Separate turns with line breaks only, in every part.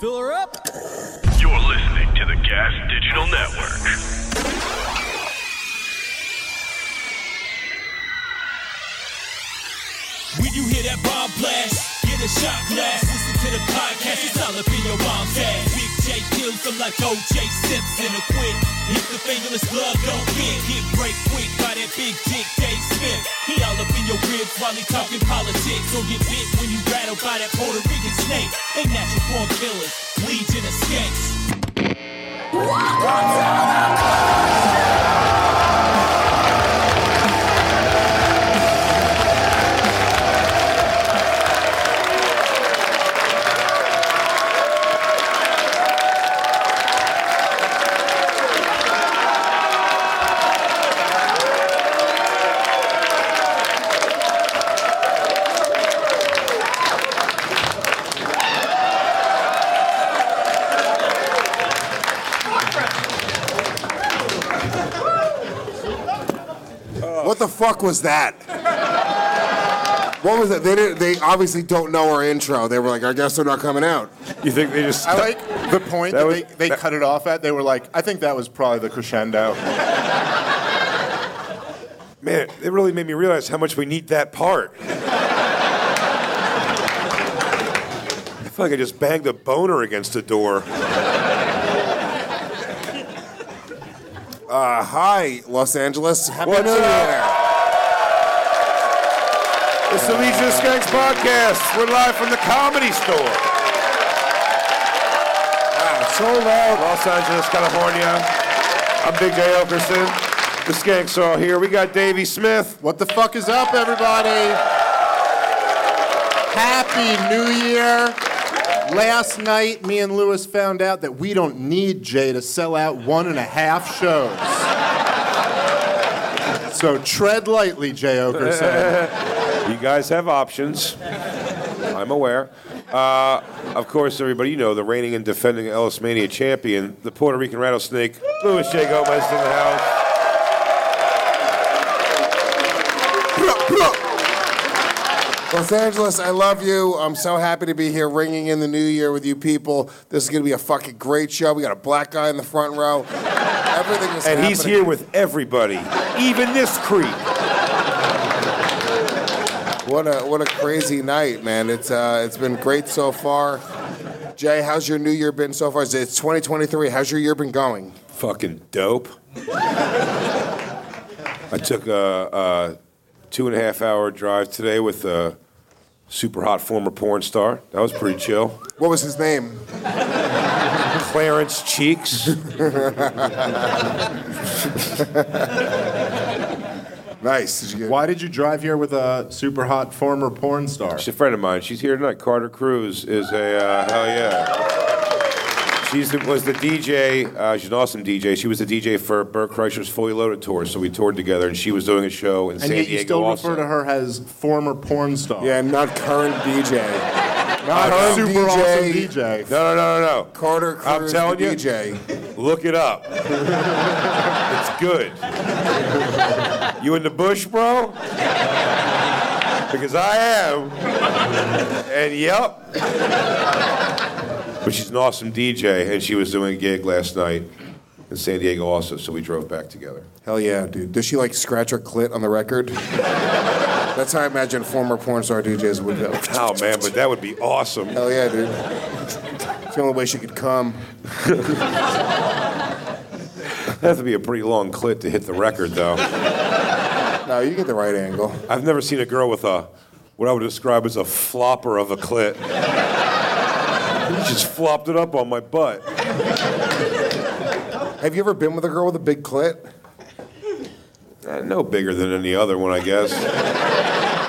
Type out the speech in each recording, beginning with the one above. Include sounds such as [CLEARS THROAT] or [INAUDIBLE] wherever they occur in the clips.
Fill her up.
You're listening to the Gas Digital Network.
When you hear that bomb blast, get a shot blast. Listen to the podcast, it's all up in your mom's ass. Big J kills them like OJ Simpson. A quick, if the fingerless glove don't bend, get break quick by that big dick Dave Smith. He all up in your ribs while he talking politics. Or get bit when you rattled by that Puerto Rican snake. They natural born killers, legion of skanks.
What the fuck was that? What was that? They didn't, they obviously don't know our intro. They were like, I guess they're not coming out.
You think they just?
I like the point that,
That was-
they, they
that-
cut it off at. They were like, I think that was probably the crescendo.
Man, it really made me realize how much we need that part. I feel like I just banged a boner against the door.
Uh, hi, Los Angeles. Happy
What's
New
up? It's the Legion of Skanks podcast. We're live from the Comedy Store, Ah,
Year. So loud.
Los Angeles, California. I'm Big J Okerson. The Skanks are all here. We got Davey Smith.
what the fuck is up, everybody? Happy New Year. Last night, me and Lewis found out that we don't need Jay to sell out one and a half shows. So tread lightly, Jay Okerson.
You guys have options. I'm aware. Uh, of course, everybody, you know the reigning and defending Ellis Mania champion, the Puerto Rican rattlesnake, Luis J. Gomez in the house.
Los Angeles, I love you. I'm so happy to be here ringing in the new year with you people. This is going to be a fucking great show. We got a black guy in the front row. Everything is
And he's
happening.
here with everybody, even this creep.
What a what a crazy night, man! It's uh, it's been great so far. Jay, how's your new year been so far? It's 2023. How's your year been going?
Fucking dope. I took a, a two and a half hour drive today with a super hot former porn star. That was pretty chill.
What was his name?
Clarence Cheeks.
Nice. Did you get
Why did you drive here with a super hot former porn star?
She's a friend of mine. She's here tonight. Carter Cruz is a uh, hell yeah. She's the, was the DJ. Uh, she's an awesome DJ. She was the DJ for Burt Kreischer's Fully Loaded tour, so we toured together, and she was doing a show in
And
San
yet
Diego.
you still
also.
refer to her as former porn star.
Yeah, not current DJ. Not
Uh,
current
super awesome DJ.
No, no, no, no, no.
Carter Cruz,
I'm telling
the
you,
DJ.
Look it up. it's good. You in the bush, bro? Because I am. And yep. But she's an awesome DJ, and she was doing a gig last night in San Diego also, so we drove back together.
Hell yeah, dude. Does she like scratch her clit on the record? That's how I imagine former porn star DJs would go.
Oh man, but that would be awesome.
Hell yeah, dude. It's the only way she could come.
That'd be a pretty long clit to hit the record, though.
No, you get the right angle.
I've never seen a girl with a what I would describe as a flopper of a clit. She just flopped it up on my butt.
Have you ever been with a girl with a big clit?
[LAUGHS]
Uh, no bigger than any other one, I guess.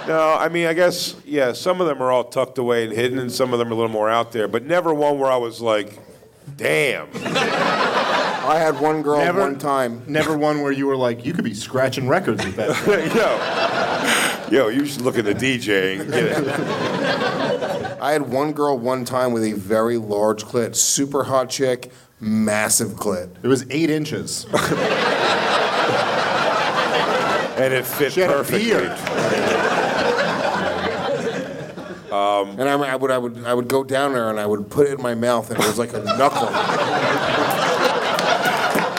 No, I mean, I guess, yeah, some of them are all tucked away and hidden, and some of them are a little more out there, but never one where I was like,
[LAUGHS]
damn.
I had one girl
Never-
one time.
Never one where you were like, you could be scratching records with that. thing."
yo, [LAUGHS] yo, you should look at the DJ and get it.
I had one girl one time with a very large clit, super hot chick, massive clit.
It was eight inches.
And it fit
She had a
perfectly.
beard.
And I, I would, I would, I would go down there and I would put it in my mouth, and it was like a knuckle.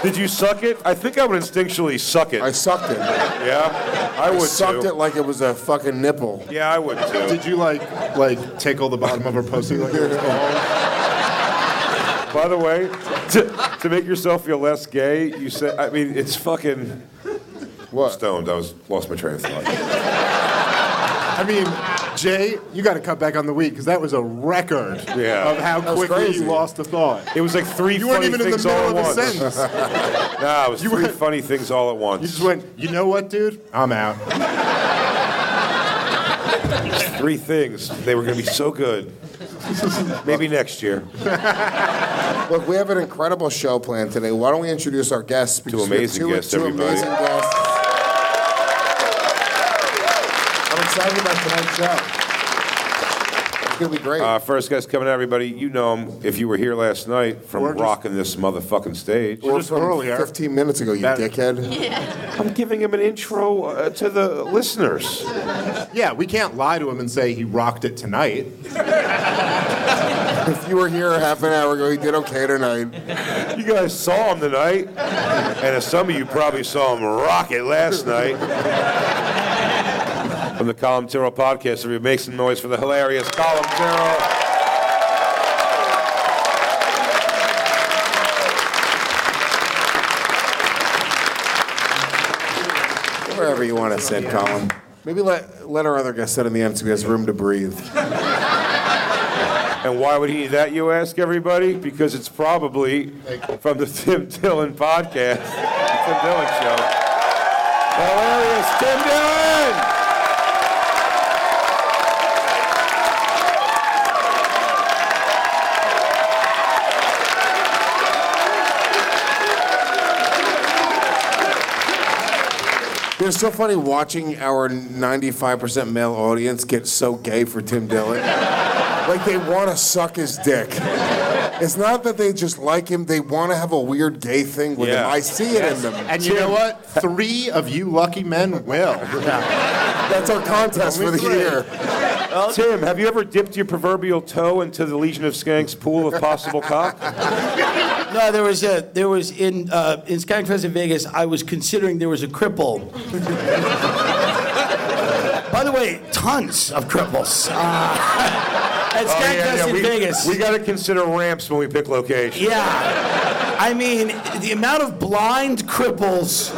Did you suck it? I think I would instinctually suck it.
I sucked it. I
yeah, I would
sucked
too.
it like it was a fucking nipple.
Yeah, I would too.
Did you like like tickle the bottom of her pussy like it was balls?
By the way, to, to make yourself feel less gay, you said. I mean, it's fucking
What?
stoned. I was lost my train of thought.
I mean, Jay, you got to cut back on the weed because that was a record
Yeah.
of how
That was
quickly
crazy.
you lost the thought.
It was like three
You weren't
funny
even in the
things
middle
all
of
at
a
once.
sentence.
[LAUGHS] Nah, it was
You
three
weren't-
funny things all at
You
once.
just went, you know what, dude? I'm out.
Three things. They were gonna be so good. Maybe next year.
Look, we have an incredible show planned today. Why don't we introduce our guests? because we have
amazing
two,
guests,
two
everybody.
amazing guests. I'm excited about tonight's show. It's gonna be great.
Uh, first guest coming out, everybody. You know him if you were here last night from
We're just-
rocking this motherfucking stage.
We're
just
from
earlier.
15 minutes ago, you
That-
dickhead.
I'm giving him an intro uh, to the listeners.
Yeah, we can't lie to him and say he rocked it tonight.
If you were here half an hour ago, you did okay tonight.
You guys saw him tonight, and as some of you probably saw him rock it last night. From the Column Zero podcast, everybody make some noise for the hilarious Column Zero.
Wherever you want to sit, Colin. Maybe let, let our other guest sit in the end so he has room to breathe.
And why would he need that, you ask everybody? Because it's probably from the [LAUGHS] Tim Dillon podcast, Tim Dillon show. Hilarious Tim Dillon!
It's so funny watching our 95% male audience get so gay for Tim Dillon. like they want to suck his dick. It's not that they just like him, they want to have a weird gay thing with
Yeah.
him. I see it in them.
And you know what? Three of you lucky men [LAUGHS] will.
That's our contest for
Only
the
three.
year.
Tim, have you ever dipped your proverbial toe into the Legion of Skanks pool of
[LAUGHS]
possible cock?
No, there was a there was in uh, in Skankfest in Vegas. I was considering there was a cripple. By the way, tons of cripples uh, [LAUGHS] at
Oh,
Skankfest
yeah, yeah,
in
we,
Vegas.
We got to consider ramps when we pick location.
yeah, I mean the amount of blind cripples,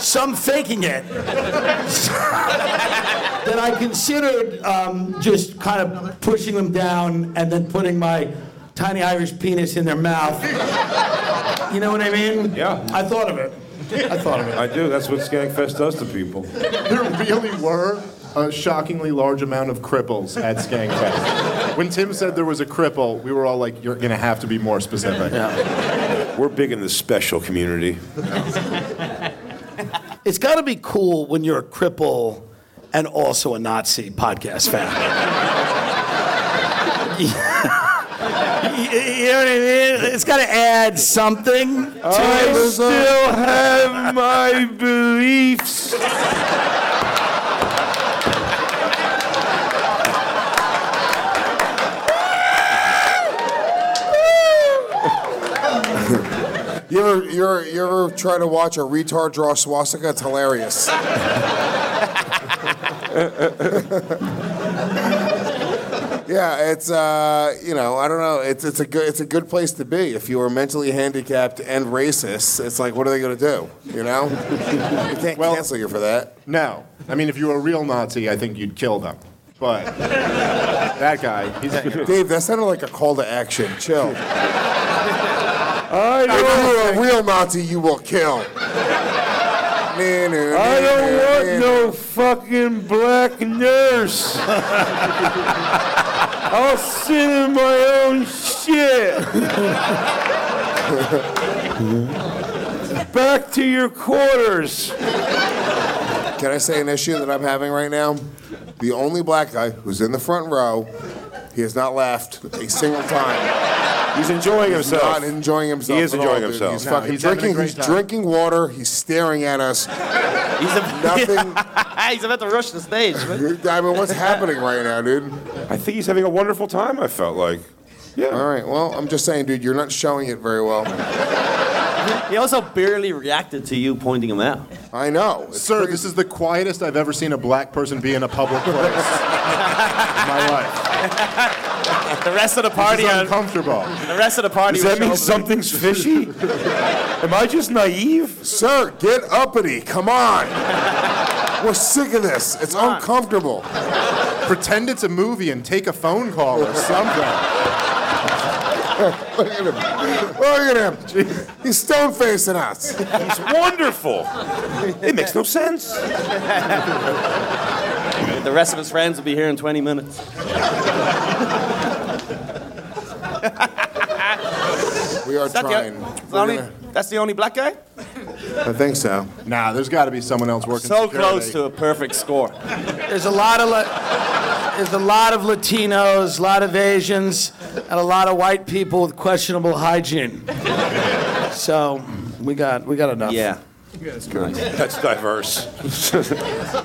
some faking it, [LAUGHS] that I considered um, just kind of pushing them down and then putting my tiny Irish penis in their mouth. You know what I mean?
Yeah.
I thought of it. I thought of it.
I do. That's what Skankfest does to people.
There really were a shockingly large amount of cripples at Skankfest. When Tim said there was a cripple, we were all like, you're going to have to be more specific.
We're big in the
[LAUGHS]
special community.
It's got to be cool when you're a cripple and also a Nazi podcast fan. [LAUGHS] you know what I mean? It's got to add something to
I
it.
still have my beliefs.
You ever, you ever, you ever try to watch a retard draw swastika? It's hilarious. yeah, it's uh, you know, I don't know. It's it's a good it's a good place to be if you are mentally handicapped and racist. It's like, what are they gonna do? You know, you can't
Well-
cancel you for that.
No. I mean, if you were a real Nazi, I think you'd kill them. But that guy, he's
Dave, that sounded like a call to action.
[LAUGHS]
Chill.
I
if you're a real Nazi, you will kill.
I don't want no fucking black nurse. I'll sit in my own shit. Back to your quarters.
Can I say an issue that I'm having right now? The only black guy who's in the front row, he has not laughed a single time.
He's enjoying
He's
himself.
not enjoying himself.
He is
at
enjoying
all, dude.
himself.
He's
No,
fucking
he's having a
drinking.
great
He's
time.
drinking water. He's staring at
[LAUGHS]
us.
He's,
[LAUGHS]
Nothing.
he's about to rush the stage. man.
I mean, what's happening right now, dude?
I think he's having a wonderful time, I felt like. Yeah.
All right. Well, I'm just saying, dude, you're not showing it very well.
He also barely reacted to you pointing him out.
I know. It's
Sir,
crazy.
this is the quietest I've ever seen a black person be in a public place in [LAUGHS] my life.
The rest of the
This
party,
is
the
uncomfortable.
rest of the party.
Does
was
that mean
over-
something's
[LAUGHS]
fishy? Am I just naive?
Sir, get uppity. Come on.
[LAUGHS]
We're sick of this. It's uncomfortable.
Pretend it's a movie and take a phone call or something.
Look at him. Look at him. He's stone facing us.
It's wonderful. It makes no sense.
The rest of his friends will be here in 20 minutes.
We are
Is that the-
trying.
that's the
We're
only-
gonna-
that's the only black guy?
I think so.
Nah, there's got to be someone else working
So
security.
close to a perfect score.
There's a lot of La- there's a lot of Latinos, a lot of Asians, and a lot of white people with questionable hygiene. So we got we got enough.
Yeah.
That's diverse.
[LAUGHS]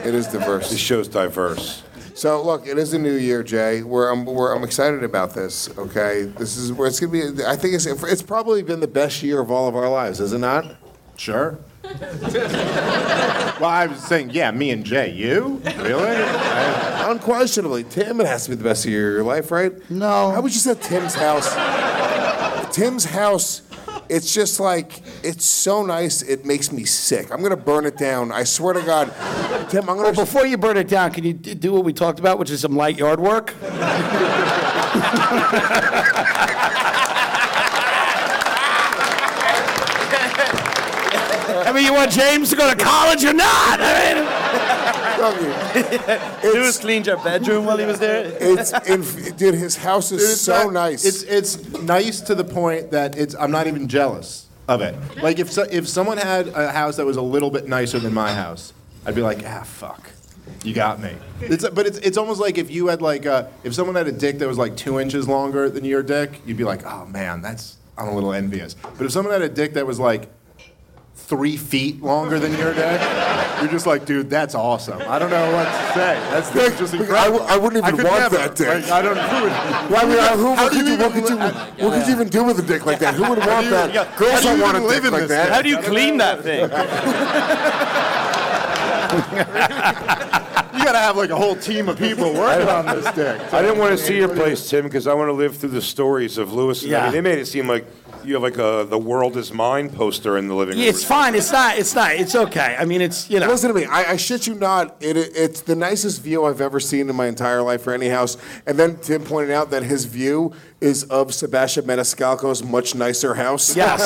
It is
This
diverse.
show's diverse.
So look, it is a new year, Jay. We're I'm, we're, I'm excited about this. Okay, this is where it's gonna be. I think it's it's probably been the best year of all of our lives, is it not?
Sure. well, I was saying, yeah, me and Jay. You? Really? I-
Unquestionably, Tim, it has to be the best year of your life, right?
No.
I was just at Tim's house. Tim's house, it's just like, it's so nice, it makes me sick. I'm gonna burn it down. I swear to God. Tim, I'm
Well,
gonna.
before you burn it down, can you d- do what we talked about, which is some light yard work? I mean, you want James to go to college or not? I mean.
[LAUGHS]
He was cleaned your bedroom while he was there.
It's, in, dude, his house is
Dude, it's
so
not-
nice.
It's it's nice to the point that it's I'm not even jealous of it. Like if so, if someone had a house that was a little bit nicer than my house, I'd be like, ah, fuck, you got me. It's, but it's it's almost like if you had like uh if someone had a dick that was like two inches longer than your dick, you'd be like, oh man, that's I'm a little envious. But if someone had a dick that was like three feet longer than your dick, you're just like, dude, that's awesome. I don't know what to say. That's, that's just
I w-
incredible.
I wouldn't even
could
want
never.
that dick.
Like, I don't. Who would,
Why would I, who,
How
what
do
could you,
you
what could you,
even-
what could you even do with a dick like that? Who would want
you-
that?
yeah, how
Girls
do you
don't want
even
a
live
dick
in
like
this
that.
[LAUGHS]
thing?
How do you clean that
[LAUGHS]
thing?
you gotta have like a whole team
[LAUGHS]
of people working on this dick.
I didn't want to see your place, Tim, because I want to live through the stories of Lewis. And I
Yeah.
mean, they made it seem like you have like a "The World Is Mine" poster in the living room.
It's fine. It's not. It's not. It's okay. I mean, it's you know.
Listen to me. I, I shit you not. It, it, it's the nicest view I've ever seen in my entire life for any house. And then Tim pointed out that his view is of Sebastian Maniscalco's much nicer house.
Yes.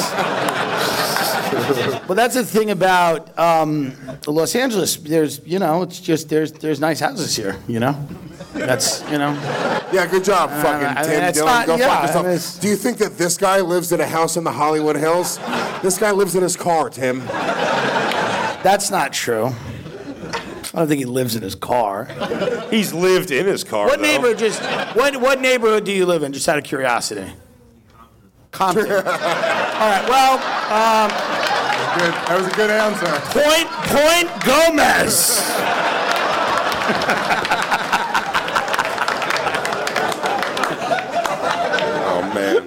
well, that's the thing about um, Los Angeles. There's you know, it's just there's there's nice houses here. You know, that's you know.
[LAUGHS] Yeah, good job, fucking
Uh, I mean,
Tim
it's
Dillon.
not-
Go
yeah, I
fuck yourself.
mean, it's-
Do you think that this guy lives in a house in the Hollywood Hills? This guy lives in his car, Tim.
That's not true. I don't think he lives in his car.
He's lived in his car.
What
though.
neighborhood? Just what what neighborhood do you live in? Just out of curiosity. Compton. All right. Well,
Good. That was a good answer.
point point Gomez.
Oh man,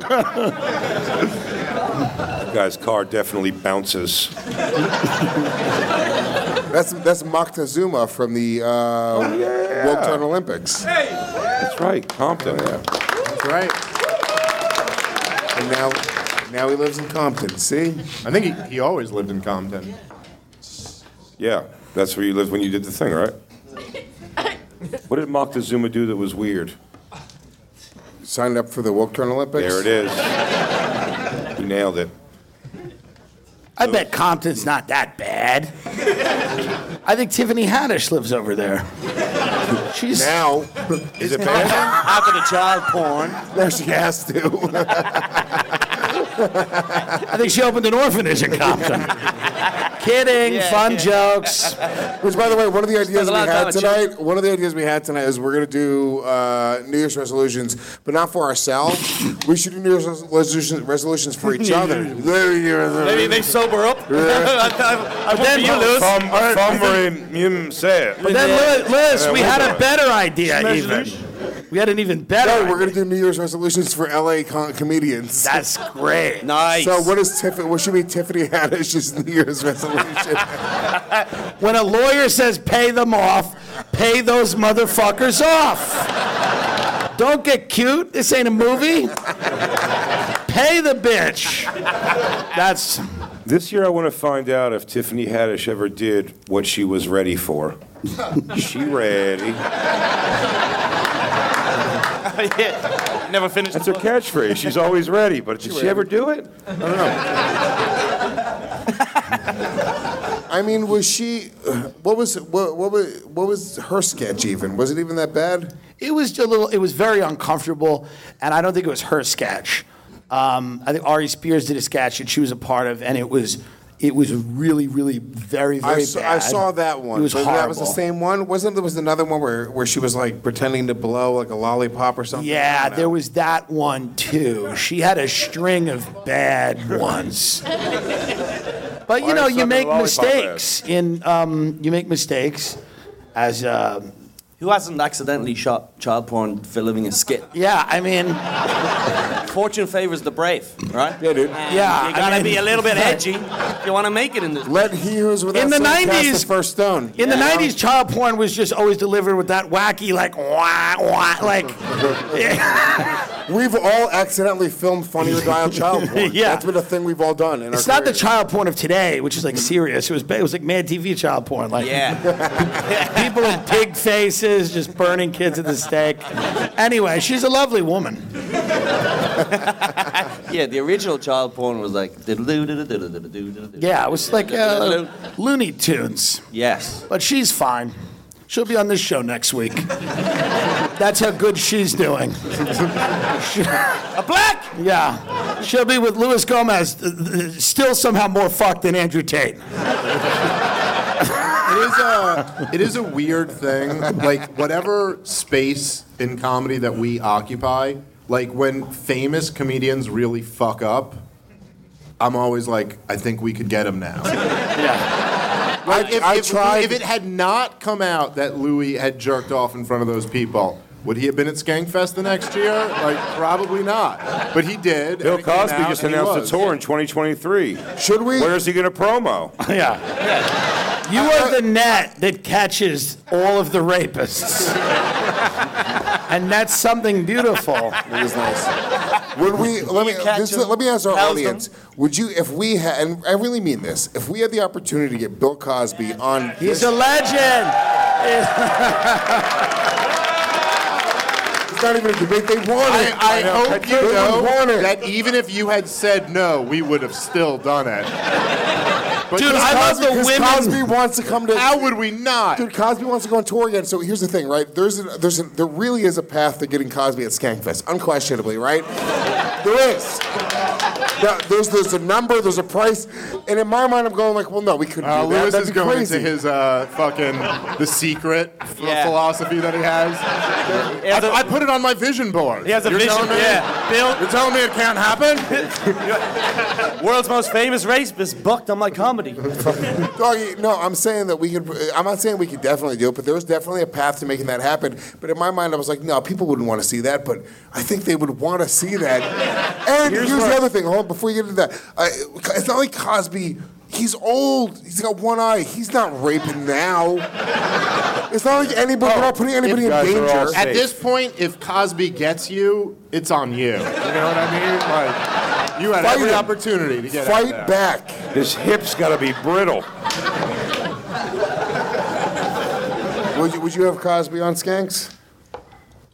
that guy's car definitely bounces.
That's that's Moctezuma from the uh,
Oh,
Woke Turn Olympics.
That's right, Compton.
Oh,
That's right.
And now, now he lives in Compton. See,
I think he, he always lived in Compton.
Yeah, that's where you lived when you did the thing, right? What did Moctezuma do that was weird?
signed up for the Woke Turn Olympics.
There it is. You nailed it.
I bet Compton's not that bad. I think Tiffany Haddish lives over there. She's
[LAUGHS] Now,
Is it
[LAUGHS]
bad?
After the child porn.
now she
[LAUGHS]
has to.
I think she opened an orphanage in Compton. Kidding,
Yeah,
fun
yeah.
jokes.
Which, by the way, one of the ideas
a
we
lot of time
had
on
tonight, one of the ideas we had tonight is we're gonna do uh, New Year's resolutions, but not for ourselves. we should do New Year's resolutions, resolutions for
[LAUGHS]
each other.
Maybe they sober up.
[LAUGHS]
I, I, I vote for you, Luz.
Fum- Fumbling, you said.
But then Liz, Liz
Yeah,
we
we'll
had
do
a
it.
better idea even. We had an even better.
No, we're
idea.
gonna do New Year's resolutions for LA con- comedians.
That's great.
Nice.
so
[LAUGHS]
what is Tiffany? What should be Tiffany Haddish's New Year's resolution?
[LAUGHS]
When a lawyer says pay them off, pay those motherfuckers off. Don't get cute. This ain't a movie. Pay the bitch. That's
This year, I want to find out if Tiffany Haddish ever did what she was ready for. she ready.
Yeah. Never finished.
That's her catchphrase. She's always ready. But did she ever do it? I don't know.
I mean, was she? What was what, what was what was her sketch even? Was it even that bad?
it was a little it was very uncomfortable and i don't think it was her sketch um, i think ari spears did a sketch that she was a part of and it was it was really really very very
I saw,
bad
I saw that one.
it was
but
horrible
That was the same one. Wasn't there was another one where, where she was like pretending to blow like a lollipop or something? I
yeah
don't know.
there was that one too she had a string of
[LAUGHS]
bad ones but you
Why
know
is
you
something
make
lollipop
mistakes in um, you make mistakes as uh,
Who hasn't accidentally shot child porn filming a skit?
yeah i mean
Fortune favors the brave, right?
Yeah, dude.
Yeah,
You gotta
I mean-
be a little
[LAUGHS]
bit edgy. if You wanna make it in this.
Let he who is without
In the
sin cast
90s
first stone.
In the '90s, child porn was just always delivered with that wacky, like wah wah, like
We've all accidentally filmed funny or dial
[LAUGHS]
child porn.
Yeah.
that's been a thing we've all done. In
it's
our
not the
careers.
child porn of today, which is like serious. It was it was like Mad TV child porn, like
Yeah.
[LAUGHS] people with pig faces just burning kids at the stake. Anyway, she's a lovely woman.
Yeah, the original child porn was like diddle-doo-doo-doo-doo-doo-doo-doo-doo.
Yeah, it was like uh, Looney Tunes,
Yes.
but she's fine. She'll be on this show next week. That's how good she's doing. [LAUGHS]
A black!
Yeah. She'll be with Luis Gomez, uh, uh, still somehow more fucked than Andrew Tate.
It is a it is a weird thing. Like whatever space in comedy that we occupy, like when famous comedians really fuck up, I'm always like, I think we could get him now. Like if,
I
if,
tried-
if it had not come out that Louis had jerked off in front of those people. Would he have been at Skankfest the next year? Like, probably not. But he did.
Bill
and it came
Cosby
out
just
and he
announced a
was.
tour in 2023.
Should we?
Where is he going to promo?
Yeah. You are the net that catches all of the rapists. [LAUGHS] and that's something beautiful.
It was nice. Would we? Let me.
catch
This,
him,
let me ask our
house
audience. Would you, if we had, and I really mean this, if we had the opportunity to get Bill Cosby on,
He's
this,
a legend.
it's not even a debate. They want it.
I, I hope you
They
know
want it.
that even if you had said no, we would have still done it. But
Dude,
this
I love
Cosby-
the
Because
women.
Cosby wants to come to.
How would we not?
Dude, Cosby wants to go on tour again. So here's the thing, right? There's a, there's a, there really is a path to getting Cosby at Skankfest, unquestionably, right? there is. Now, there's there's a number, there's a price, and in my mind, I'm going like, well, no, we couldn't
Uh,
do that.
Lewis
That'd
is
be
going
crazy.
into his uh, fucking the secret ph-
Yeah.
philosophy that he has.
He has
I
a-
I put it on my vision board.
he has a
You're
vision.
telling me-
Yeah. Bill,
You're telling me it can't happen?
world's most famous rapist, bucked on my comedy.
Doggy, no, I'm saying that we could. I'm not saying we could definitely do it, but there was definitely a path to making that happen. But in my mind, I was like, no, people wouldn't want to see that, but I think they would want to
[LAUGHS]
see that. And here's, the other thing. Hold on, before you get into that, I, it's not like Cosby. He's old. He's got one eye. He's not raping now. It's not like anybody. we're not putting anybody in
Oh, guys are all
danger.
sick.
At this point, if Cosby gets you, it's on you. You know what I mean? Like, you had
Fight
every
him.
opportunity to get out
Fight
there.
back.
His hips got to be brittle.
Would you, would you have Cosby on Skanks?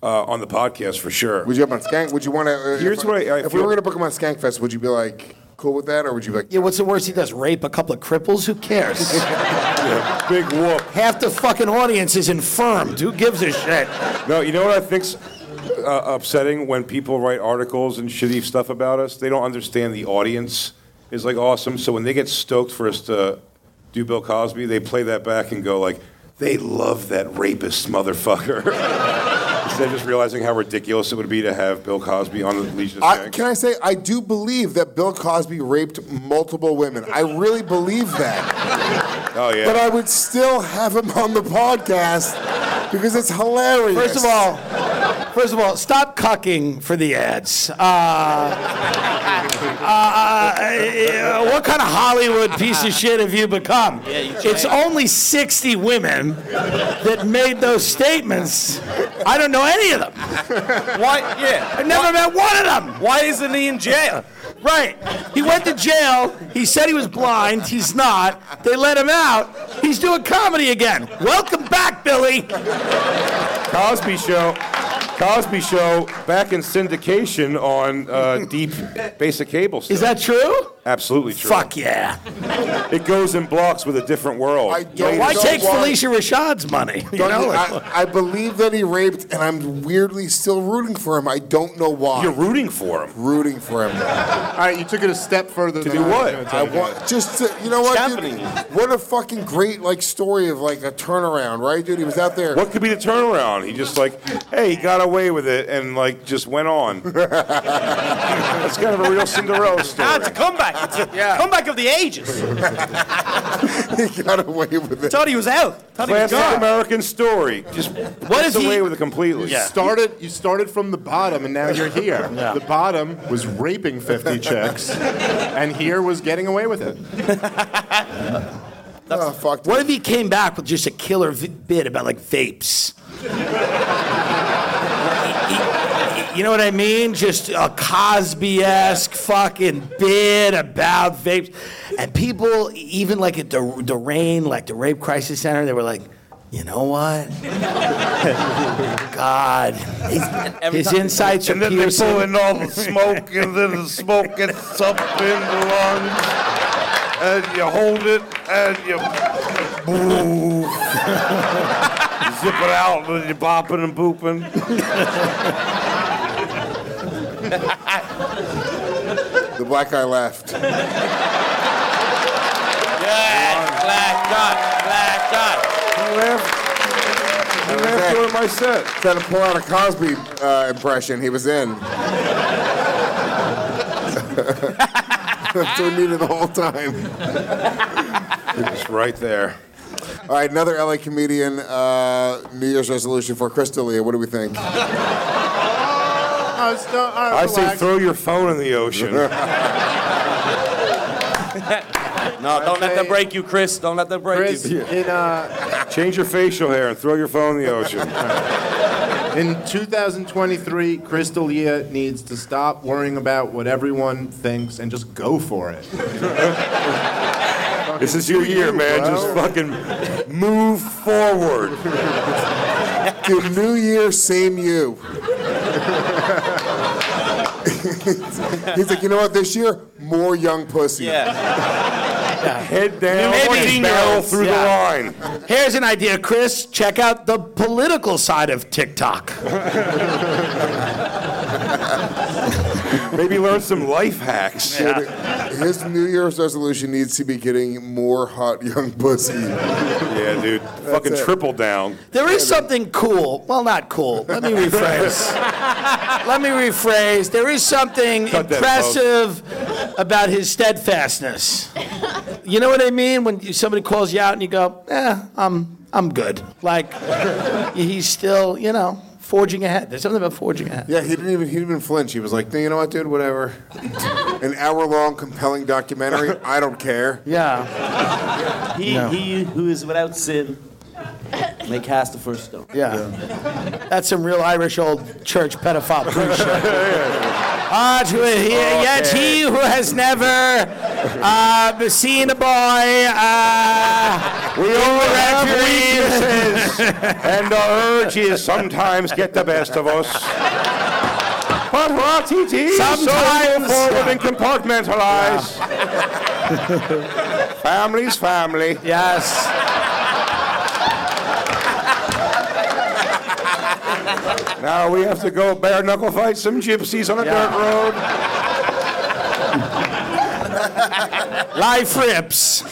Uh, on the podcast for sure.
Would you have him on Skank? Would you want to? Uh,
Here's
if,
what I- I
if we
feel-
were going to book him on Skankfest, would you be like, cool with that, or would you be like,
Yeah, what's the worst he does? Rape a couple of cripples? Who cares?
[LAUGHS] Big whoop.
Half the fucking audience is infirmed. Who gives a shit?
No, you know what I think's uh, upsetting when people write articles and shitty stuff about us? They don't understand the audience is like awesome. So when they get stoked for us to do Bill Cosby, they play that back and go like, "They love that rapist motherfucker." [LAUGHS] Instead of just realizing how ridiculous it would be to have Bill Cosby on the Legion of
I,
Skanks.
can I say I do believe that Bill Cosby raped multiple women. I really believe
[LAUGHS]
that.
oh yeah.
But I would still have him on the podcast because it's hilarious.
First of all, first of all, stop cucking for the ads. Uh, uh, uh, what kind of Hollywood piece of shit have you become? it's only 60 women that made those statements. I don't know any of them.
Why? Yeah.
I've never met one of them.
Why isn't he in jail?
Right. He went to jail. He said he was blind. He's not. They let him out. He's doing comedy again. Welcome back, Billy.
Cosby Show. Cosby Show back in syndication on [LAUGHS] uh, deep basic cable. Stuff.
Is that true?
absolutely true?
Fuck yeah.
It goes in blocks with a different world.
I don't
Why
know
take
why-
Felicia Rashad's money? You
Don't
know,
you-
like,
I, I believe that he raped, and I'm weirdly still rooting for him. I don't know why.
You're rooting for him.
rooting for him.
All right, you took it a step further.
To
than
do
I was
what?
gonna take
I
it.
want just to, you know what, dude?
happening.
What a fucking great like story of like a turnaround, right, dude? He was out there.
What could be the turnaround? He just like, hey, he got away with it and like just went on. That's kind of a real Cinderella
Ah,
story.
it's a comeback. It's a comeback of the
[LAUGHS]
ages.
he got away with it.
Thought he was out. Thought he was
Classic
gone.
American story. Just
What
gets
is
away
he-
with it completely.
You started. You started from the bottom, and
[LAUGHS]
now you're here. The bottom was raping 50 chicks, and here was getting away with it.
Oh, fuck.
what if he came back with just a killer v- bit about like vapes? [LAUGHS] you know what I mean? Just a Cosby-esque fucking bit about vapes, and people even like at the the rain, like the rape crisis center, they were like. You know what? [LAUGHS] God, his, his insights are
And then they
piercing.
pull in all the smoke, and then the smoke gets up in the lungs, and you hold it, and you [LAUGHS] boo, zip it out, and you're bopping and booping.
The black guy left.
Yeah, black dot, black dot.
I laugh. I laugh
Okay.
during my set.
Trying to pull out a Cosby uh, impression. He was in. [LAUGHS] That's what we needed the whole time.
It's right there.
All right, another LA comedian uh, New Year's resolution for Chris D'Elia. What do we think?
Oh, it's not- all right,
I say
[LAUGHS]
relax.
throw your phone in the ocean.
No, don't let them break you, Chris. Don't let them break
Chris,
you.
in uh,
Change your facial hair and throw your phone in the ocean.
in 2023, Chris D'Elia needs to stop worrying about what everyone thinks and just go for it.
this is your year, man. Just fucking move forward.
Dude, New Year, same you. [LAUGHS] He's like, you know what? This year, more young pussy.
Yeah.
Head down,
Maybe-
barrel through the line.
Here's an idea, Chris. Check out the political side of TikTok.
Maybe learn some life hacks.
Dude, His New Year's resolution needs to be getting more hot young pussy.
Yeah, dude. fucking
it.
triple down.
There is something cool. Well, not cool. Let me rephrase. Let me rephrase. There is something
Cut that,
impressive about his steadfastness. You know what I mean? When you- somebody calls you out and you go, "Eh, I'm I'm good." Like he's still, you know, forging ahead. There's something about forging ahead.
Yeah, he didn't even he didn't even flinch. He was like, you know what, dude, whatever. An hour long compelling documentary. I don't care.
Yeah.
He,
No.
he who is without sin may cast the first stone.
Yeah. That's some real Irish old church pedophile bullshit. Ah, to he, yet he who has never uh, seen a boy. Uh,
We all have
Referee.
[LAUGHS] weaknesses, and the urges sometimes get the best of us. But Watiti is so
Sometimes-
moved forward and [LAUGHS] compartmentalized. Family's family.
Yes.
Now we have to go bare knuckle fight some gypsies on a dirt road.
Life rips.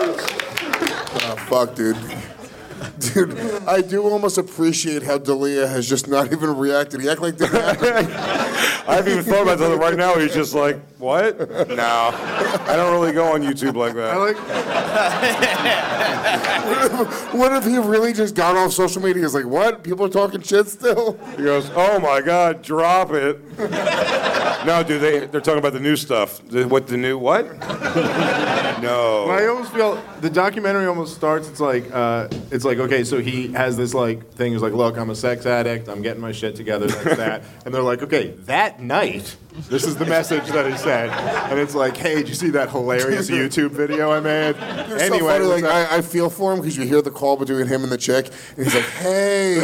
Oh, fuck, dude. Dude, I do almost appreciate how Dalia has just not even reacted. He act like didn't happen.
[LAUGHS] I haven't even thought about that. Right now, he's just like, what? No, I don't really go on YouTube like
I
that.
like. what if he really just got off social media? He's like, what? People are talking shit still?
He goes, oh my God, drop [LAUGHS] it. No, dude, they, they're talking about the new stuff. The- what, the new what?
I
No.
almost feel the documentary almost starts. It's like uh, it's like okay, so he has this like thing. He's like, look, I'm a sex addict. I'm getting my shit together. That's that. And they're like, okay, that night, this is the message that he said. And it's like, hey, did you see that hilarious YouTube video I made?
You're so
anyway,
funny. Like,
it's like-
I, I feel for him because you hear the call between him and the chick, and he's like, hey,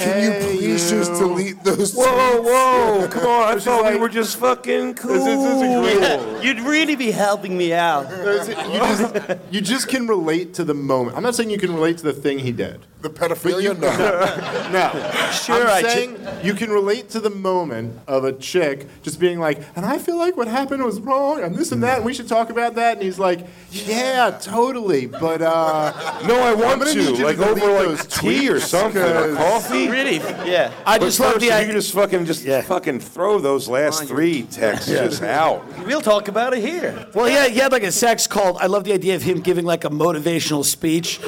can
[LAUGHS]
you please just delete those?
Whoa,
[LAUGHS]
whoa, come on. I
It's just
thought we
like-
were just fucking cool.
this is incredible.
You'd really be helping me out.
There's- you, just, you just can relate to the moment. I'm not saying you can relate to the thing he did.
The pedophilia? No.
[LAUGHS] No,
Sure, I
I'm
ju-
saying you can relate to the moment of a chick just being like, and I feel like what happened was wrong, and this and that, and we should talk about that. And he's like, yeah, totally, but uh,
No, I want
gonna
to.
need you to
Like, over
delete
like
those
tea or
tweets,
something, or
'cause-
coffee.
Really? Yeah.
I
But
just love
first,
the
if
idea.
you just fucking just
Yeah.
fucking throw those last three texts just out.
We'll talk about it here.
Well, yeah, he had like a sex cult. I love the idea of him giving like a motivational speech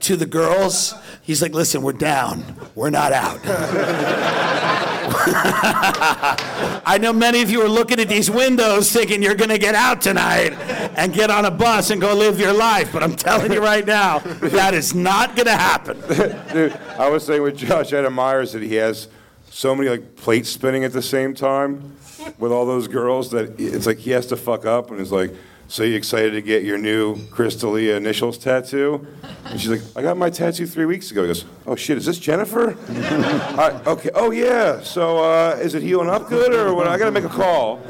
to the girls. He's like, listen, we're down. We're not out. [LAUGHS] I know many of you are looking at these windows thinking you're going to get out tonight and get on a bus and go live your life, but I'm telling you right now, that is not going to happen.
Dude, I was saying with Josh Adam Myers that he has so many like plates spinning at the same time with all those girls that it's like he has to fuck up and it's like, so you excited to get your new Crystalia initials tattoo? And she's like, I got my tattoo three weeks ago. He goes, oh shit, is this Jennifer? I, okay, oh yeah. So uh, is it healing up good or what? I gotta make a call.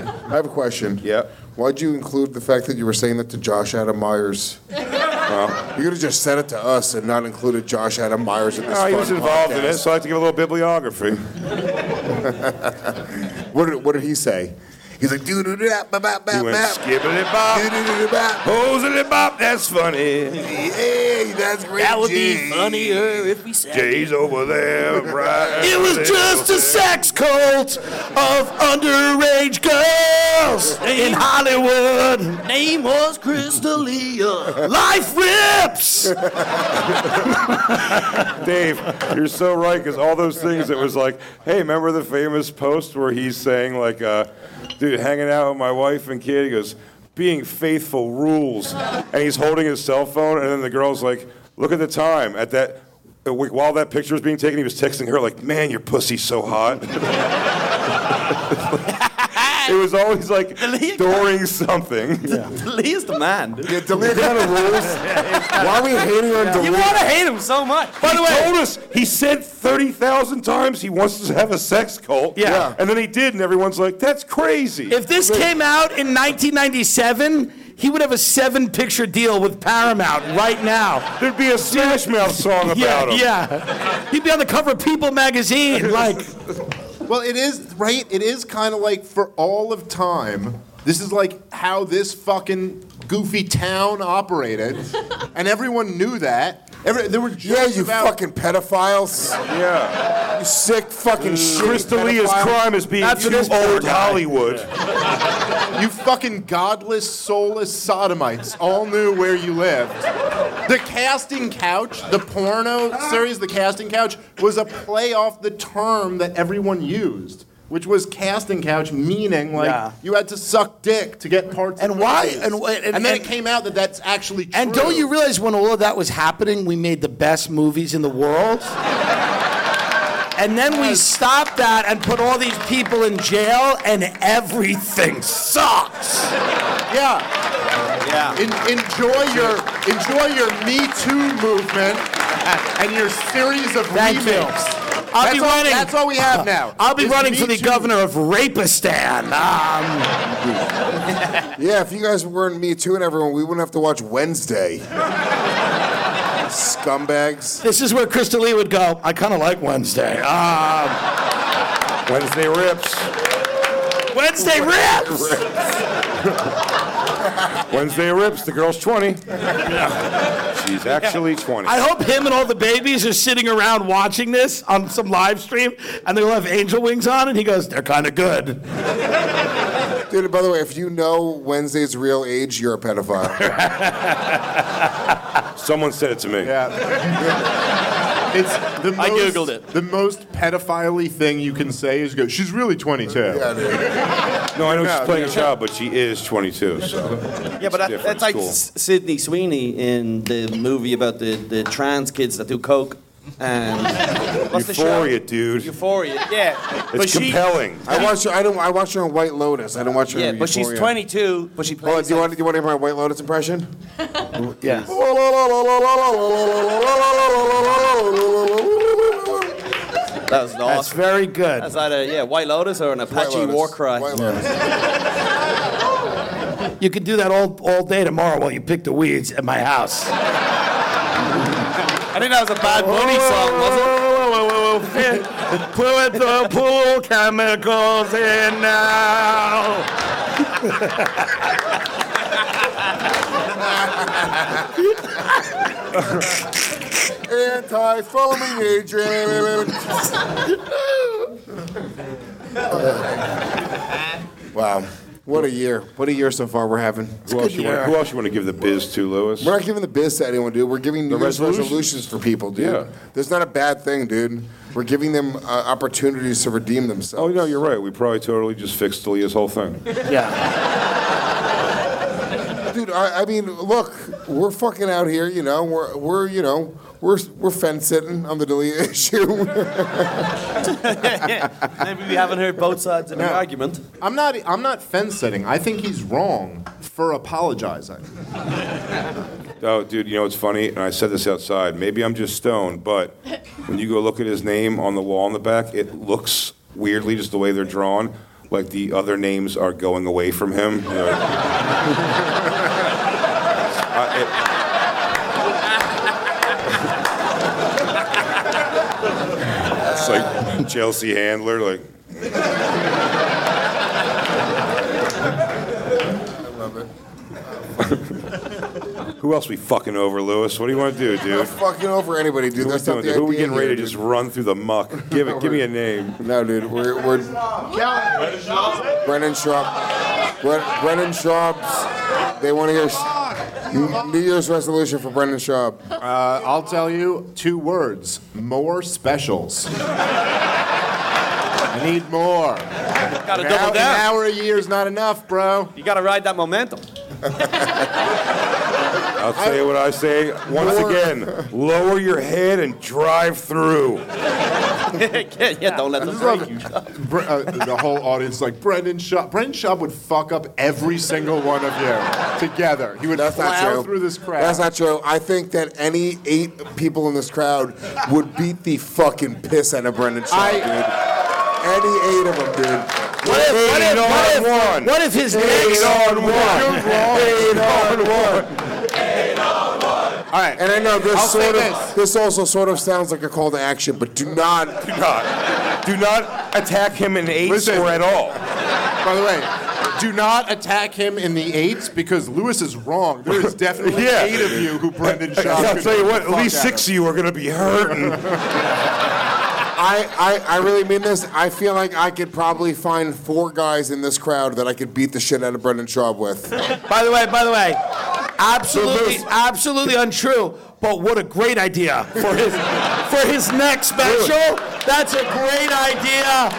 I have a question.
Yeah.
Why'd you include the fact that you were saying that to Josh Adam
[LAUGHS]
Myers? you could have just said it to us and not included Josh Adam Myers in this.
Oh, he was
fun
involved in
podcast.
it, so I have to give a little bibliography.
What did, what did he say? He's like, doo doo doo da ba ba
He
ba
went
ba.
skibbity bop,
Doo-doo-doo-doo-bop.
hosily bop, that's funny.
Hey, that's great.
That would
Jay.
be
uh,
funnier if we said.
Jay's
[LAUGHS]
over there, right?
It was just a sex cult of underage girls in Hollywood.
Name was Crystalia.
Life rips.
Dave, you're so right, because all those things, it was like, hey, remember the famous post where he's saying, like, uh, dude, hanging out with my wife and kid? He goes, being faithful rules. And he's holding his cell phone, and then the girl's like, look at the time. At that, while that picture was being taken, he was texting her, like, man, your pussy's so hot. [LAUGHS] it was always like
[LAUGHS]
during something.
Lee's the man. dude.
Yeah, Dalia kind of
[LAUGHS]
rules. Why are we hating on
You
Dalia?
want to hate him so much.
By the way, he told us he said thirty thousand times he wants to have a sex cult.
Yeah. Yeah.
and then he did, and everyone's like, "That's crazy."
If this came out in 1997, he would have a seven-picture deal with Paramount right now.
There'd be a Smash Mouth song about
Yeah,
him.
yeah. He'd be on the cover of People [LAUGHS] magazine. Like,
well, it is right. It is kind of like for all of time. This is like how this fucking goofy town operated, and everyone knew that. Every, there were
Yeah,
jokes
you
about-
fucking pedophiles.
yeah. Mm.
You sick fucking shit.
Crystal Lee's crime is being
That's
too
this
old
guy.
Hollywood.
You fucking godless, soulless sodomites all knew where you lived. The casting couch, the porno series, the casting couch, was a play off the term that everyone used, which was casting couch, meaning like
Yeah.
you had to suck dick to get parts. of
And why-
movies.
and wh- and-
And, then
and-
it came out that that's actually true.
and don't you realize when all of that was happening, we made the best movies in the world? And then we stopped that and put all these people in jail, and everything sucks.
Yeah.
Yeah.
En- enjoy your enjoy your Me Too movement and your series of
Thank you.
remakes.
I'll
that's
be
all,
running.
That's all we have now.
I'll be
Is
running
Me
for the
Too.
governor of Rapistan. Um,
Yeah, if you guys were in Me Too and everyone, we wouldn't have to watch
[LAUGHS]
Wednesday. Scumbags.
this is where Crystal Lee would go. I kind of like Wednesday. Um,
Wednesday rips.
Wednesday rips.
Wednesday rips. The
[LAUGHS]
girl's 20. She's actually 20.
I hope him and all the babies are sitting around watching this on some live stream, and they'll have angel wings on, and he goes, "They're kind of good."
Dude, and by the way, if you know Wednesday's real age, you're a pedophile.
Someone said it to me.
It's the most,
I Googled it.
The most pedophile thing you can say is go. She's really 22.
Yeah,
[LAUGHS]
dude.
No, I know she's playing a child, but she is 22. So
Yeah, but that,
different.
that's like
Cool.
S- Sydney Sweeney in the movie about the, the trans kids that do coke. And what's the show?
Euphoria, dude.
Euphoria. Yeah.
It's compelling.
[LAUGHS]
I watched her. I don't. I watched her on White Lotus. I don't watch her.
yeah,
in
but she's
Euphoria.
22, but she plays.
Hold on, do you
like-
want? Do you want to hear my White Lotus impression?
Yeah. That was an
That's
awesome.
very good.
Is that a yeah, White Lotus or an Apache
White Lotus.
war cry?
White
[LAUGHS]
Lotus.
You could do that all, all day tomorrow while you pick the weeds at my house.
I think that was a bad
Oh.
bunny song, wasn't it?
[LAUGHS] Put the pool chemicals in now.
Anti-foaming
[LAUGHS]
agent. wow, what a year! What a year so far we're having.
Who else, you want, who else you want to give the biz to, Lewis?
We're not giving the biz to anyone, dude. We're giving New Year's
resolutions?
resolutions for people, dude.
Yeah.
That's not a bad thing, dude. We're giving them uh, opportunities to redeem themselves.
Oh, no, you're right. We probably totally just fixed Leah's whole thing.
Yeah.
Dude, I, I mean, look, we're fucking out here, you know. We're we're you know we're we're fence sitting on the Delia [LAUGHS] issue.
Maybe we haven't heard both sides of an argument.
I'm not. I'm not fence setting. I think he's wrong for apologizing.
Oh, dude, you know what's funny? And I said this outside. Maybe I'm just stoned, but when you go look at his name on the wall in the back, it looks weirdly just the way they're drawn, like the other names are going away from him. [LAUGHS] You're like- I- it- it's like Chelsea Handler, like. Who else we fucking over, Lewis? What do you want to
[LAUGHS]
do,
We're
dude?
fucking over anybody, dude.
Who we
That's not
doing?
the
Who we
idea
getting ready
here,
to just
dude.
run through the
[LAUGHS]
muck? Give it. Give me a name.
No, dude, we're we're Brennan Schaub. Bre- Brennan Schaub's. They want to hear sh- New Year's resolution for Brennan Schaub.
Uh, I'll tell you two words: more specials.
[LAUGHS]
I need more.
Gotta
An hour,
double
an
down.
hour a year is not enough, bro.
You gotta ride that momentum. [LAUGHS]
I'll tell you what I say once
Lower-
again. Lower your head and drive through.
yeah, yeah, don't let them break you.
Bre- uh, the whole audience is like Brendan Schaub. Brendan Schaub would fuck up every single one of you together. He would
That's not
plow
true.
through this crowd.
That's not true. I think that any eight people in this crowd would beat the fucking piss out of Brendan Schaub,
I-
dude. Any eight of them, dude.
What if, what if,
Eight on
what if,
one.
what if his
Eight
next
on one. Eight on one.
All right,
And I know this
I'll say
sort of
this.
this also sort of sounds like a call to action, but do not
[LAUGHS] Do not, do not attack him in eights
Listen.
or at all.
By the way, do not attack him in the eights because Lewis is wrong. There
[LAUGHS]
is definitely
Yeah.
eight of you who Brendan
[LAUGHS]
shot.
I'll tell you what. At least six of you are gonna be
[LAUGHS]
hurting.
I, I, I really mean this. I feel like I could probably find four guys in this crowd that I could beat the shit out of Brendan Schaub with.
By the way, by the way, absolutely, absolutely untrue. But what a great idea for his for his next special. That's a great idea.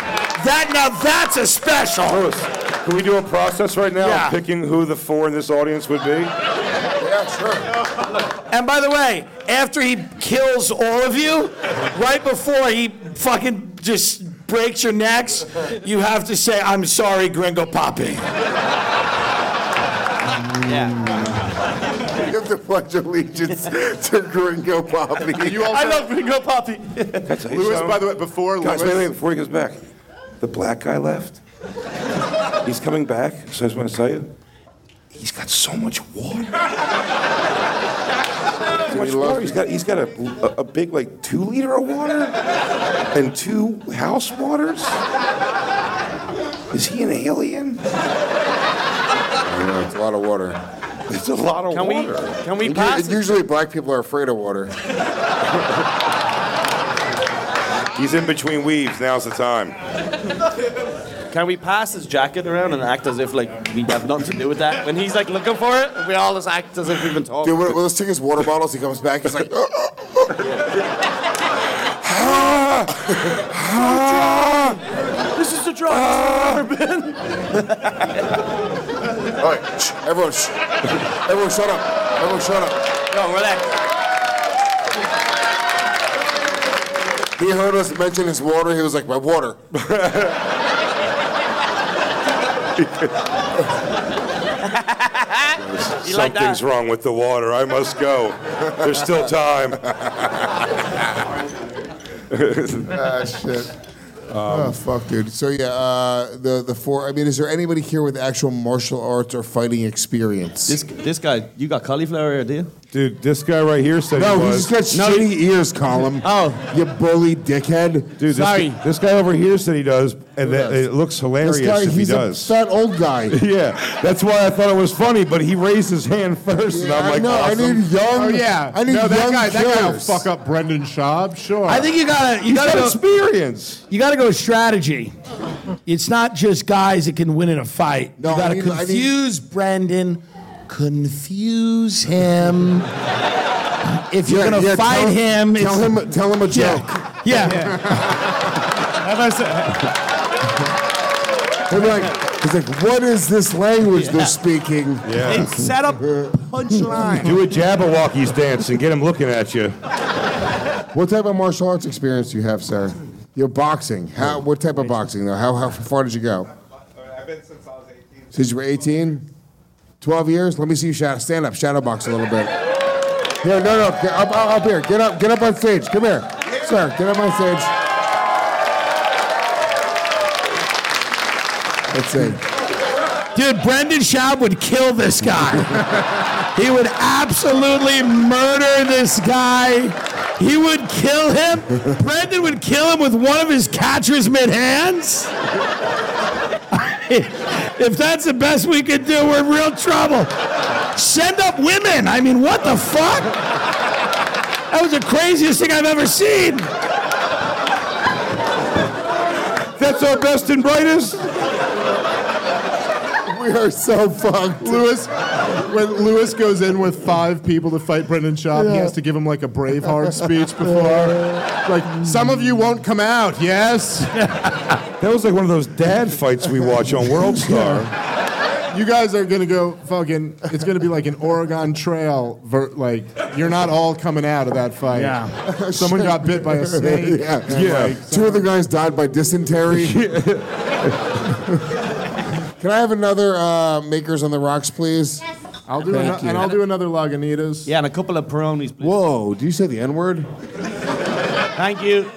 That now that's a special.
Lewis, can we do a process right now? of
Yeah.
Picking who the four in this audience would be.
Yeah, [LAUGHS] sure.
And by the way, after he kills all of you, right before he fucking just breaks your necks, you have to say, "I'm sorry, Gringo Poppy."
Yeah.
to pledge allegiance to Gringo Poppy.
You also,
I love Ringo Poppy.
Lewis, by the way, before
Guys, wait,
Lewis,
wait, before he goes back, the black guy left. He's coming back, so I just want to tell you, he's got so much water. So much water. He's got, he's got a, a, a big, like, two liter of water and two house waters. Is he an alien?
I know, it's a lot of water.
It's a lot of
Can we,
water.
can we
And
pass?
u- Usually, black people are afraid of [LAUGHS] water.
He's in between weaves. Now's the time.
Can we pass his jacket around and act as if like we have nothing to do with that?
When he's like looking for it, we all just act as if we've been talking.
Dude, when, when let's take his water bottles. He comes back. He's like, "Oh, Ah!
This is the drug.
Ah! [LAUGHS] all right, shh, everyone, shh. everyone, shut up. Everyone, shut up.
No, relax.
He heard us mention his water. He was like, my water.
You like that?
Something's wrong with the water. I must go. There's still time.
Ah, shit. oh fuck, dude. So yeah, uh, the the four. I mean, is there anybody here with actual martial arts or fighting experience?
This this guy, you got cauliflower ear, do you?
Dude, this guy right here said
no, Oh, he's just got shitty ears, Colin.
Oh.
you bully, dickhead.
Dude, this,
Sorry.
this guy over here said he does, and that, it looks hilarious
This guy,
if he
he's a
does.
fat old guy.
[LAUGHS] yeah, that's why I thought it was funny, but he raised his hand first, and I'm
I
like,
know. I
awesome.
need young.
Oh yeah.
I need
no, that
young
guy.
killers.
That guy will fuck up Brendan Schaub. Sure.
I think you gotta you
He's
gotta
got
go,
experience.
you gotta go strategy. It's not just guys that can win in a fight.
No, I
you gotta
need- I need-
confuse Brendan, confuse him. If [LAUGHS] you're
Yeah,
gonna
yeah,
fight
tell
him,
Tell
it's-
him. Tell him a
Yeah.
joke.
Yeah.
Have I said-
They're like, he's like, what is this language they're speaking?
Yeah.
It's set up punchline.
Do a Jabberwockies dance and get him looking at you.
[LAUGHS] What type of martial arts experience do you have, sir? You're boxing. How? What type of boxing though? How, how far did you go?
I've been since I was 18.
Since you were 18, 12 years. Let me see you shadow, stand up, shadow box a little bit. Here, no, no, get up, up, up here. Get up, get up on stage. Come here, sir. Get up on stage. Let's see.
Dude, Brendan Schaub would kill this guy. he would absolutely murder this guy. He would kill him. Brendan would kill him with one of his catcher's mid hands. if that's the best we could do, we're in real trouble. Send up women. I mean, what the fuck? That was the craziest thing I've ever seen.
That's our best and brightest.
We are so fucked.
Lewis, when Lewis goes in with five people to fight Brendan Schaub, he has to give him like a Braveheart speech before. Like, some of you won't come out, yes?
That was like one of those dad fights we watch on
[LAUGHS]
World Star.
You guys are gonna go fucking, it's gonna be like an Oregon Trail, ver- like, you're not all coming out of that fight.
[LAUGHS]
Yeah.
Someone got bit by a snake.
Yeah.
[LAUGHS] Yeah.
Two of the guys died by
[LAUGHS]
dysentery. [LAUGHS] Can I have another uh, Makers on the Rocks, please?
I'll do
Thank
ano-
you.
and I'll do another Lagunitas.
Yeah, and a couple of Peronis. Please.
Whoa, do you say the N word?
Thank you.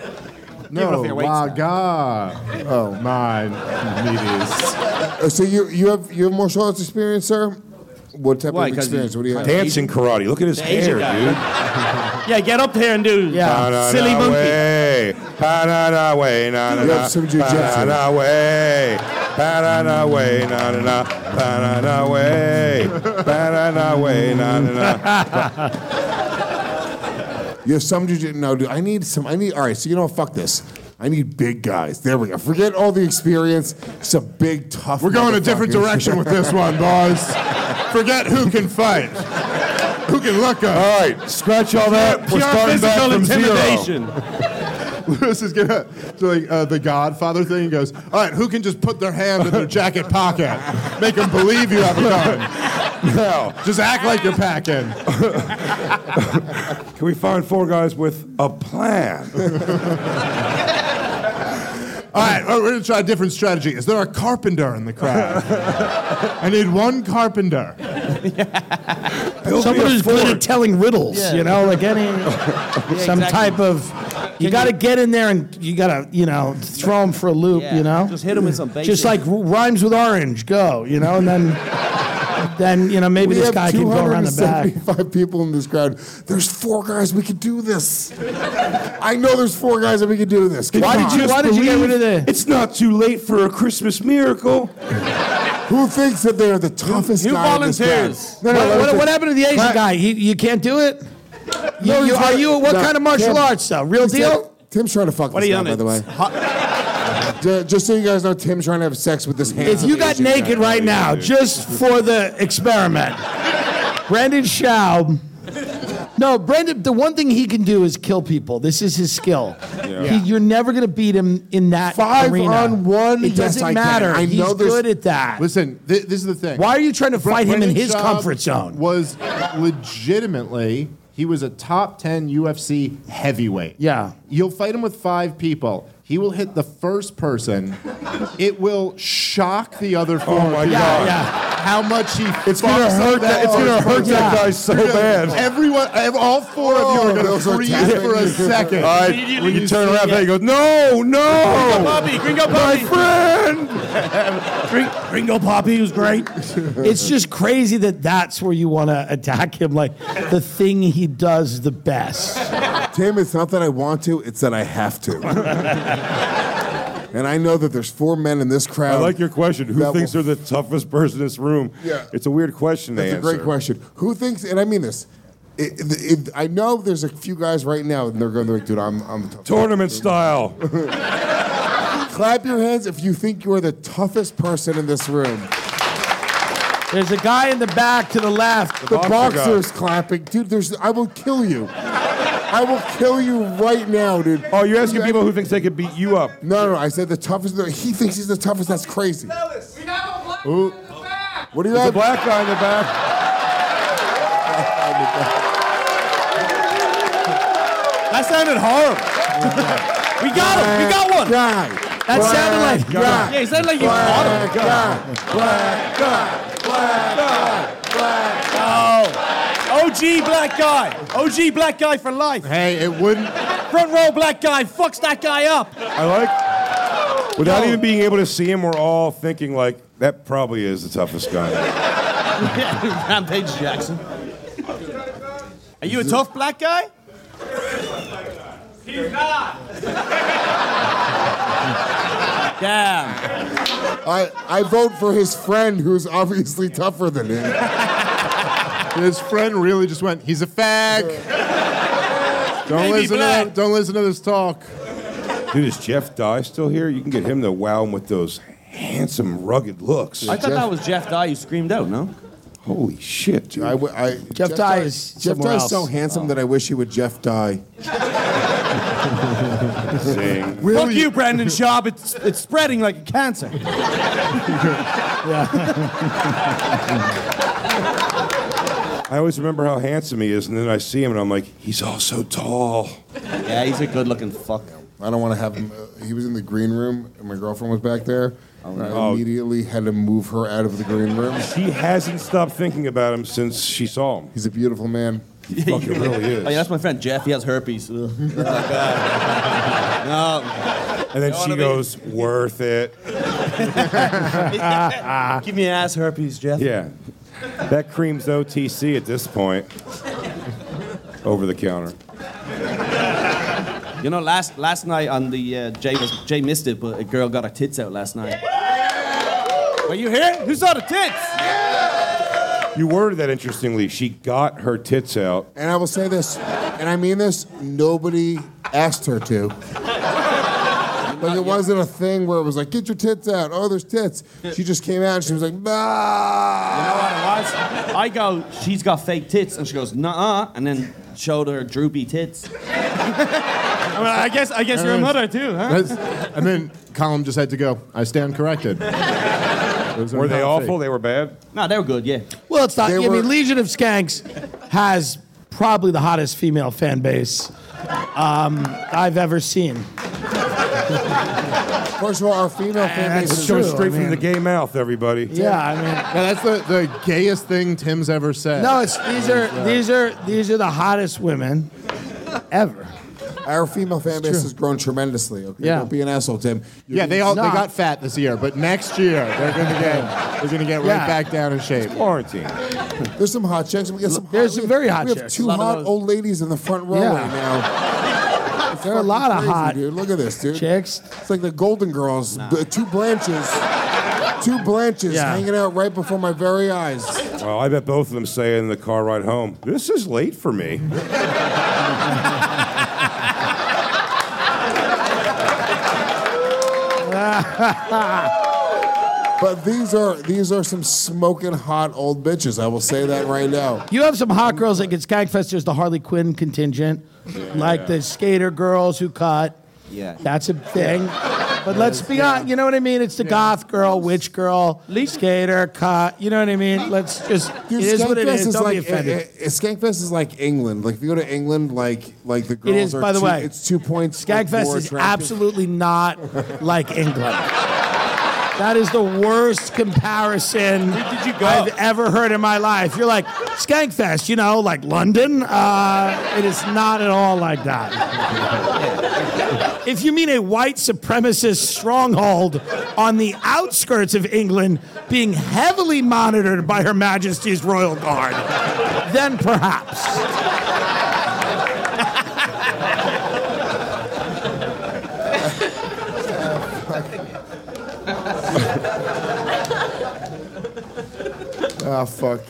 No,
Give it up your weights
Laga. Oh, my meaties.
Uh, so you you have you have martial arts experience, sir? What type
Why,
of
'cause
experience?
you-
What do you have?
Dancing karate. Look at his hair,
Asian guy.
dude.
Yeah, get up there and do
Yeah.
Pa-na-na
silly monkey.
way. Pa-na-na way, na-na-na.
You have some jujitsu.
Pa-na-na way. Pa-na-na way, na-na-na. Pa-na-na way. Pa-na-na way, na-na-na.
You have some jiu No, dude. I need some. I need. All right. So you know, what? fuck this. I need big guys. There we go. Forget all the experience. It's a big tough.
We're going a different
motherfuckers.
direction with this one, boys. Forget who can fight. Who can look up?
Uh.
[LAUGHS]
All right, scratch all that. We're
Pure
starting back
physical
from zero.
intimidation. Lewis is gonna do like uh, the Godfather thing. He goes, "All right, who can just put their hand in their jacket pocket, make them believe you have a gun?
Now,
Just act like you're packing."
can we find four guys with a plan?
All right, we're going to try a different strategy. Is there a carpenter in the
[LAUGHS]
crowd? I need one carpenter.
Someone who's good at telling riddles,
Yeah.
you know,
[LAUGHS]
like any some
exactly.
type of. You got to get in there and you got to, you know, throw him for a loop,
Yeah,
you know.
just hit 'em with some basic-
Just like r- rhymes with orange, go, you know, and
[LAUGHS]
then, then you know maybe
we
this
have
guy can go around the back.
275 people in this crowd. There's four guys. We could do this. I know there's four guys that we could do this.
[LAUGHS] Why did you- why did you get rid of
the? It's not too late for a Christmas miracle. Who thinks that they're the toughest
Who
guy in this crowd? No, no, let
what,
me
what-
think.
what happened to the Asian
Cla-
guy? You, you can't do it. You,
No,
you-
he's
are
not-
you what
no,
kind of martial
Tim-
arts though? Real
He's
deal?
not- Tim's trying to fuck
What
this
are you
guy,
on
by
it?
the way. Ju- Just so you guys know, Tim's trying to have sex with this hand.
If you got naked right now, just for the experiment, Brandon Schaub. No, Brandon, the one thing he can do is kill people. This is his skill.
Yeah.
He- you're never going to beat him in that
Five
arena.
on one?
It
Yes,
doesn't
I can.
matter.
I know
He's
there's-
good at that.
Listen, thi- this is the thing.
Why are you trying to
Bre-
fight him in
Brendan
his
Schaub
comfort zone?
Was legitimately, he was a top 10 UFC heavyweight.
Yeah.
You'll fight him with five people. He will hit the first person. It will shock the other
Oh,
four.
Oh my
people.
God.
How much he
It's gonna
fucks
hurt
up
that- it's gonna
first
hurt that
person.
guy so
You're gonna-
bad.
Everyone, ev- all four
Oh,
of you are going
those are
to freeze
tapping.
for a second.
All right,
Immediately
when you turn
see
around,
it.
he goes, "No, no,
Gringo Poppy, Gringo
my
Poppy.
friend."
Ringo Poppy was great. it's just crazy that that's where you want to attack him. Like the thing he does the best.
Tim, it's not that I want to; it's that I have to. and I know that there's four men in this crowd.
I like your question. Who
That
thinks they're the toughest person in this room?
Yeah.
It's a weird question. to
That's a great
answer.
question. Who thinks? And I mean this. It, it, it- I know there's a few guys right now, and they're going to be like, "Dude, I'm, I'm the toughest."
Tournament
[LAUGHS]
style.
Clap your hands if you think you are the toughest person in this room.
There's a guy in the back to the left.
The
boxer guy.
boxer's clapping, dude. There's, I will kill you. I will kill you right now, dude.
Oh, you're asking people who thinks they could beat you up.
No, no, I said the toughest. He thinks he's the toughest. That's crazy. Who? What do you
There's a
have?
black guy in the back.
That sounded horrible. we got him. We got one.
Guy.
That sounded like-
Yeah, he sounded like you caught him.
Black guy. Black guy. Black guy. Black guy.
OG Oh, black guy. OG black guy for life.
Hey, it wouldn't.
Front row black guy fucks that guy up.
I like. Without even being able to see him, we're all thinking like that probably is the toughest guy.
[LAUGHS] Rampage Jackson. Are you a tough black guy?
He's not.
Damn.
I, I vote for his friend who's obviously tougher than him.
His friend really just went, he's a fag. don't,
Oh,
Maybe
listen to,
black.
don't listen to this talk.
Dude, is Jeff Dye still here? You can get him to wow him with those handsome, rugged looks.
I thought that was Jeff Dye who screamed out, no?
Holy shit, dude.
I, w- I-
Jeff Dye is
Jeff
somewhere
Dye is so
else. Oh.
handsome that I wish he would Jeff Dye.
Zing.
Fuck you, Brandon Schaub. It's, it's spreading like a cancer.
I always remember how handsome he is, and then I see him and I'm like, he's all so tall.
Yeah, he's a good looking fuck.
I don't want to have him. Uh, he was in the green room, and my girlfriend was back there.
Oh,
and I immediately had to move her out of the green room.
She hasn't stopped thinking about him since she saw him.
He's a beautiful man.
He fucking really
Oh, [LAUGHS] yeah,
is.
that's my friend Jeff. He has herpes. Ugh.
[LAUGHS]
And then she goes, worth it.
no. Give me ass herpes, Jeff.
Yeah. That cream's OTC at this point. Over the counter.
You know, last last night on the uh, Jay was Jay missed it, but a girl got her tits out last night.
Were you here? Who saw the tits?
You worded that interestingly. She got her tits out.
And I will say this, and I mean this: nobody asked her to. Like it wasn't a thing where it was like, "Get your tits out." Oh, there's tits. She just came out and she was like,
You know
"Bah."
what it was? I go, she's got fake tits, and she goes, nah, and then showed her droopy tits.
I, mean, I guess I guess you're a mother too, huh?
[LAUGHS]
That's- and then Colin just had to go, I stand corrected. Those are
Were
not
they awful?
fake.
They were bad?
No, they were good, yeah.
Well, it's not.
They
I
were-
mean, Legion of Skanks has probably the hottest female fan base um, I've ever seen.
First of all, our female fan base
That's
is
coming straight from the gay mouth, everybody.
Yeah, that's the, the gayest thing Tim's ever said.
No, it's these are these are these are the hottest women ever.
Our female fan base has grown tremendously. Okay,
Yeah.
don't be an asshole, Tim. You're
yeah,
gonna-
they all they got fat this year, but next year they're gonna get they're gonna get
Yeah.
right back down in shape.
quarantine.
There's some hot chicks. We got some.
There's
hot,
some very
we-
hot
We have
chicks.
two
A lot of
hot
those-
old ladies in the front row
Yeah.
right now. It's
[LAUGHS] There are a lot
fucking
of
crazy,
hot
dude. Look at this, dude.
chicks.
It's like the Golden Girls. b- Two branches. Two branches
Yeah.
hanging out right before my very eyes.
Well, I bet both of them say in the car ride home, this is late for me.
Ah.
But these are these are some smoking hot old bitches. I will say that right now.
You have some hot girls that get Skagfest. There's the Harley Quinn contingent, like the skater girls who cut.
Yeah.
That's a thing. But let's be honest, you know what I mean? It's the goth girl, witch girl, skater, cut. You know what I mean? Let's just,
Dude,
it is what it
Skankfest
is. Don't
like
be offended.
eh, eh, Skankfest is like England. Like if you go to England, like like the
it
girls
is,
are.
by the
two,
way.
it's two points. like,
Skagfest
more
is
attractive.
absolutely not like England. That is the worst comparison I've ever heard in my life. You're like, Skankfest, you know, like London. Uh, it is not at all like that. If you mean a white supremacist stronghold on the outskirts of England being heavily monitored by Her Majesty's Royal Guard, then perhaps.
Ah, fuck.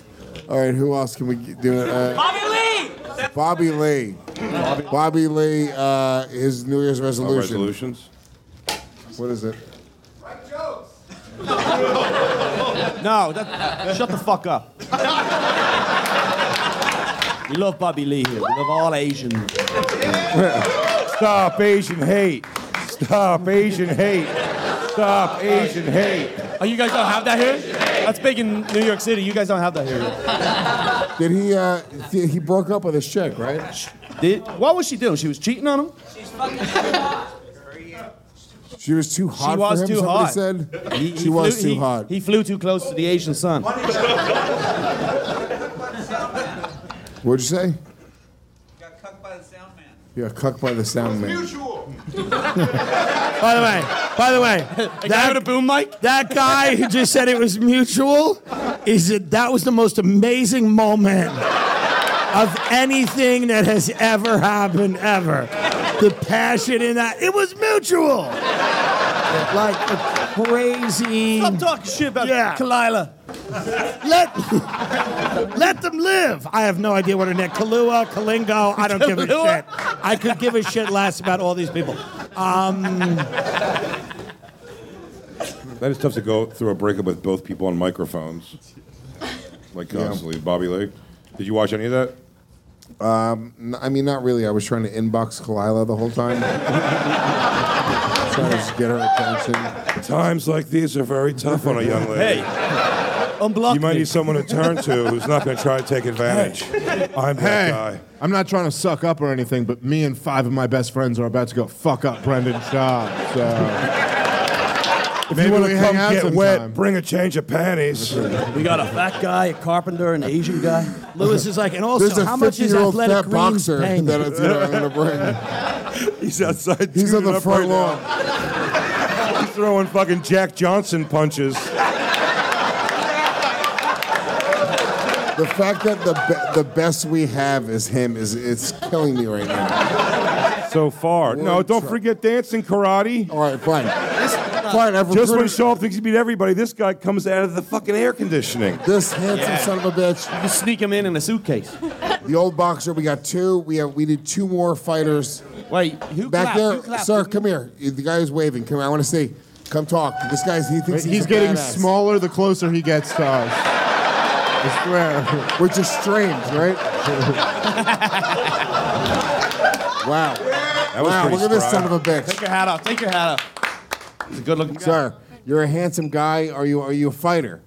All right, who else can we g- do it? Uh, Bobby Lee. Bobby, Lee. Uh, his New Year's resolution.
resolutions?
What is it?
No, that, shut the fuck up. We love Bobby Lee here. We love all Asians.
Stop Asian hate. Stop Asian hate. Stop Asian hate.
Oh, you guys don't have that here? That's big in New York City. You guys don't have that here.
Did he? Uh, th- he broke up with his chick, right?
Did, what was she doing? She was cheating on him?
She was too hot
she
for him.
was too
somebody
hot.
said
He- he
she was
flew-
too
he-
hot.
He flew too close to the Asian sun.
What'd you say? Yeah, cucked by the sound man.
By the way, by
[LAUGHS]
the way, that a boom mic. That guy who just said it was mutual is that that was the most amazing moment of anything that has ever happened ever. The passion in that it was mutual. Like a crazy.
Stop talking shit about
Yeah.
Kalila.
Let let them live. I have no idea what her name. Kalua, Kalingo. I don't give a
Kahlua?
shit. I could give a shit less about all these people. Um,
That is tough to go through a breakup with both people on microphones. Like constantly. Bobby Lee. Did you watch any of that?
Um, n- I mean, not really. I was trying to inbox Kalila the whole time. [LAUGHS] trying to just get her attention.
Times like these are very tough on a young lady.
Hey, unblock
You might
me.
need someone to turn to who's not going to try to take advantage. I'm that
Hey,
guy.
I'm not trying to suck up or anything, but me and five of my best friends are about to go fuck up Brendan Shaw. So
If
Maybe
you want
we
to
hang
come
out
get
sometime.
wet, bring a change of panties.
We got a fat guy, a carpenter, an Asian guy.
Lewis is like, and
There's
also,
a
how much is
50-year-old
athletic
fat
greens
boxer
paying?
that it's, you know, I'm going to bring.
He's outside.
He's on
tuning
the
up
front
right
lawn.
now. He's throwing fucking Jack Johnson punches.
The fact that the be- the best we have is him is it's killing me right now.
So far. No,
Lord
don't
Trump.
forget dancing karate.
All right, fine, fine. I've
Just when
recruited
Shaw thinks he beat everybody, this guy comes out of the fucking air conditioning.
this handsome son of a bitch.
You sneak him in in a suitcase.
The old boxer. We got two. We have we need two more fighters
Wait, who
back
clapped? Who
there,
clapped?
sir. Come here. The guy is waving. Come. here. I want to see. Come talk. This guy's he thinks
he's,
he's, a
getting
badass.
smaller the closer he gets to us. I swear.
We're just strange, right? wow.
That was
Wow.
pretty
Look at this
spry.
son of a bitch.
Take your hat off. Take your hat off. He's a good looking guy.
Sir, you're a handsome guy. Are you are you a fighter?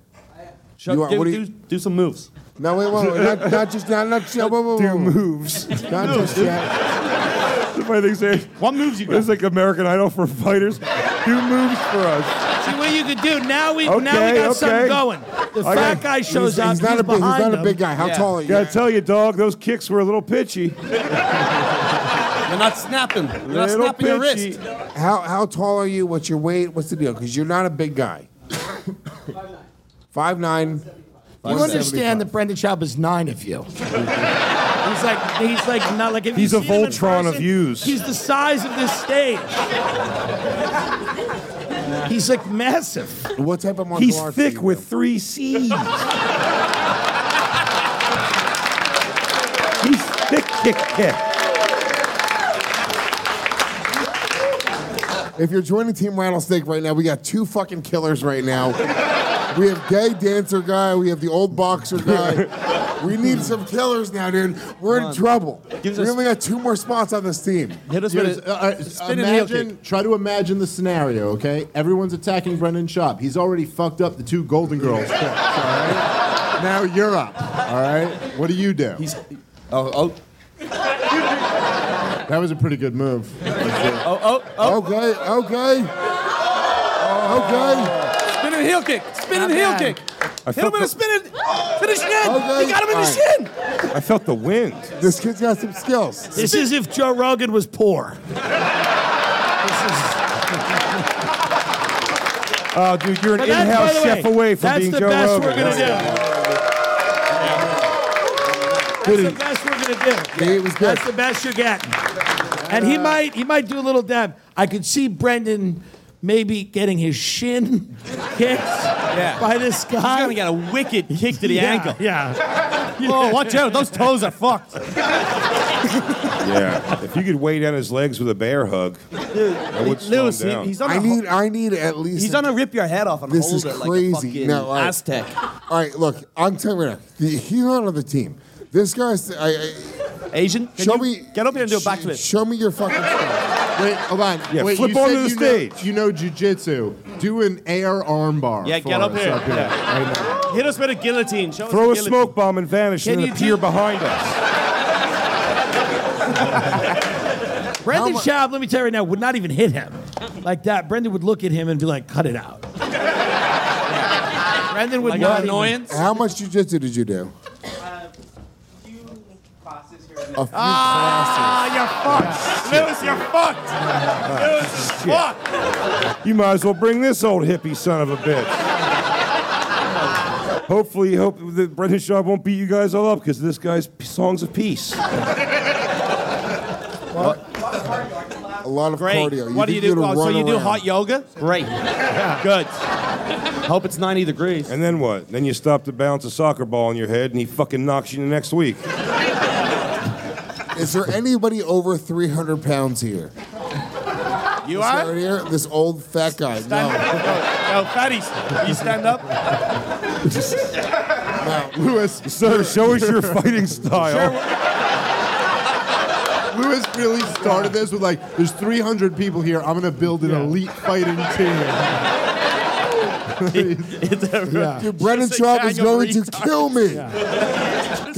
Shut-
you are-
do,
what do you-
do- do some moves.
No, wait, wait, wait. Not, not just not not. Whoa, whoa, whoa, whoa.
moves.
Not just yet.
fighting Sage. What moves you got? It's like American Idol for fighters. Do moves for us.
See what you could do. Now we
Okay,
now we got something
okay.
going. The
I
fat
got-
guy shows
He's-
up.
he's not a big- he's
behind
not a
him.
big guy.
How
Yeah.
tall are you?
Gotta tell you, dog, those kicks were a little pitchy.
You're not snapping. You're not
Little
snapping your
pitchy.
wrist.
How how tall are you? What's your weight? What's the deal? Because you're not a big guy. Five nine.
You understand that Brendan Schaub is nine of you.
He's like he's like not like if you
He's a
see him in
Voltron of
person,
yous.
He's the size of this stage. He's like massive.
What type of martial
He's
arts?
thick with three C's. He's thick, kick, kick.
If you're joining Team Rattlesnake right now, we got two fucking killers right now. We have gay dancer guy. We have the old boxer
[LAUGHS]
guy. We need some killers now, dude. We're in trouble. we only got two more spots on this team.
Here's- uh, uh, imagine, try to imagine the scenario, okay? Everyone's attacking Brendan Schaub. He's already fucked up the two
[LAUGHS]
Golden Girls. picks, all right? Now you're up, all right? What do you do? He's,
oh, oh.
That was a pretty
[LAUGHS]
good move.
oh, oh,
oh. Okay, okay. Okay.
Spinning heel kick. Spinning heel
Not bad.
kick.
I
Hit him
felt
in
the-
the spinning. To the shin.
Okay.
He got him in the
All
shin.
I felt the wind.
This kid's got some skills.
This is if Joe Rogan was poor.
Oh, dude, you're an
But that's,
in-house
by the
chef
way,
away from
that's
being
the
Joe
best
Rogan.
we're gonna That's the best we're gonna do.
It was good.
That's the best you're getting. And he might he might do a little dab. I could see Brendan maybe getting his shin [LAUGHS] kicked by this guy. He's gonna get a wicked kick
to the
yeah,
ankle.
Yeah.
[LAUGHS] Oh, watch out. Those toes are fucked.
Yeah, if you could weigh down his legs with a bear hug, that would slow him
Lewis, he-
down.
he's on
I
a-
need I need at least
He's gonna rip your head off and
This
hold
is
it
crazy.
like a fucking
No, all right.
Aztec.
All right, look, I'm telling you right now, the- he's not on the team. This guy's. I, I,
Asian,
show me.
Get up here and do a
sh-
backflip.
Show me your fucking. skills.
Wait, hold on.
Yeah,
Wait,
flip
you
onto
said
the
you know- you know jujitsu. Do an air armbar.
Yeah,
for
get up
us
here.
Right now.
Hit us with a guillotine. Show
Throw a
us the
smoke bomb and vanish,
Can
and
you
then appear
do-
behind us.
Brendan Schaub, let me tell you right now, would not even hit him like that. Brendan would look at him and be like, "Cut it out." Brendan would
Like
not
an
annoyance.
How much jujitsu did you do? A few
Ah, you're fucked. Lewis, you're fucked. Lewis,
Shit. You might as well bring this old hippie son of a bitch. Hopefully, hope that Brendan Shaw won't beat you guys all up because this guy's p- songs of peace.
A lot of
Great.
cardio.
what do you
think
do?
gotta
Oh, so
run
you do
around.
hot yoga? Great. Good.
Hope it's 90 degrees. And then what? Then you stop to bounce a soccer ball on your head, and he fucking knocks you the next week.
Is there anybody over 300 pounds here?
[LAUGHS] You
this
are?
Right here, this old fat guy.
Yo, fatties, will you stand up?
Lewis,
sir, show us your fighting style.
Lewis really started this with like, there's 300 people here. I'm gonna build an elite fighting team.
No.
[LAUGHS]
Dude, Brendan Schaub is going to kill me.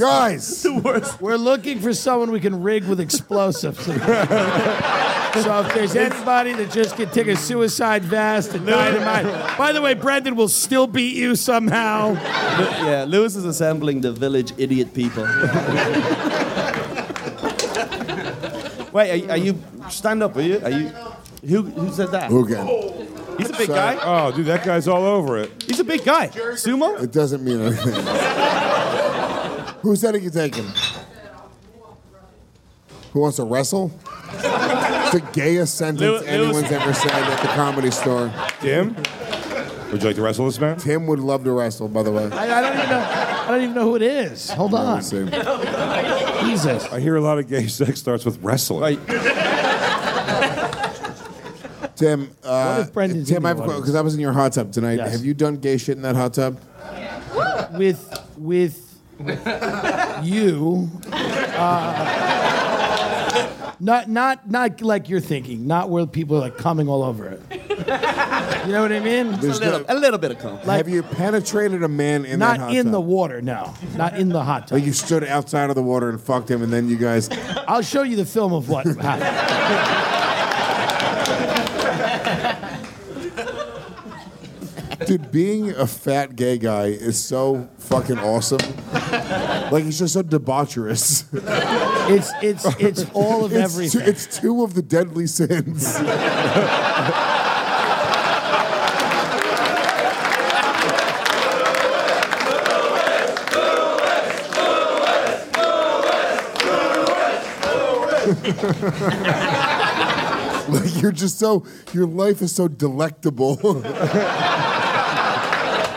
[LAUGHS]
[LAUGHS]
Guys,
We're looking for someone we can rig
[LAUGHS]
with explosives. so if there's anybody that just can take a suicide vest and dynamite. By the way, Brendan will still beat you somehow.
yeah, Lewis is assembling the village idiot people. [LAUGHS] Wait, are, are you stand up? Are you? Are you? Who who said that? He's a big guy.
Oh, dude, that guy's all over it.
He's a big guy. Sumo?
It doesn't mean anything. [LAUGHS] Who said he could take him? Who wants to wrestle? It's the gayest sentence
Lew- Lewis-
anyone's ever said at the comedy store.
Tim? Would you like to wrestle this man?
Tim would love to wrestle, by the way.
I, I don't even know. I don't even know who it is. Hold on. Jesus.
I hear a lot of gay sex starts with wrestling.
Tim,
What
uh,
if Brendan's
Tim, I have a
Indian was?
because I was in your hot tub tonight.
Yes.
Have you done gay shit in that hot tub?
With with you. Uh, not not not like you're thinking. Not where people are like coming all over it. You know what I mean?
There's A little- no-
bit of cum.
Have you penetrated a man in that
not
hot
in
tub?
the water, no. Not in the hot tub.
Like you stood outside of the water and fucked him, and then you guys.
I'll show you the film of what happened.
Dude, being a fat gay guy is so fucking awesome. Like he's just so debaucherous.
It's it's it's all
[LAUGHS]
of
It's two-
everything.
it's two of the deadly
[LAUGHS]
sins. like you're just so your life is so delectable. [LAUGHS]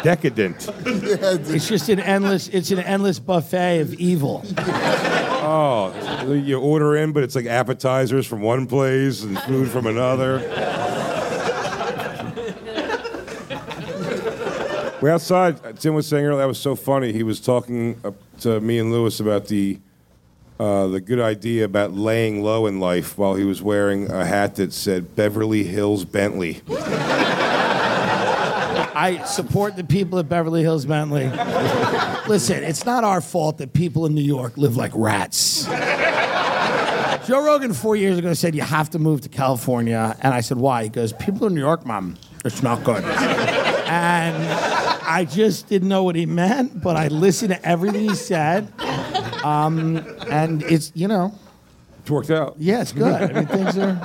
Decadent.
it's just an endless it's an endless buffet of evil.
Oh, you order in, but it's like appetizers from one place and food from another. We're outside. Tim was saying earlier that was so funny. He was talking up to me and Lewis about the uh, the good idea about laying low in life while he was wearing a hat that said Beverly Hills Bentley.
I support the people at Beverly Hills Bentley. Listen, it's not our fault that people in New York live like rats. Joe Rogan four years ago said you have to move to California, and I said why? He goes, people in New York, mom, it's not good. and I just didn't know what he meant, but I listened to everything he said, um, and it's you know,
It worked out.
yeah, it's good. I mean, things are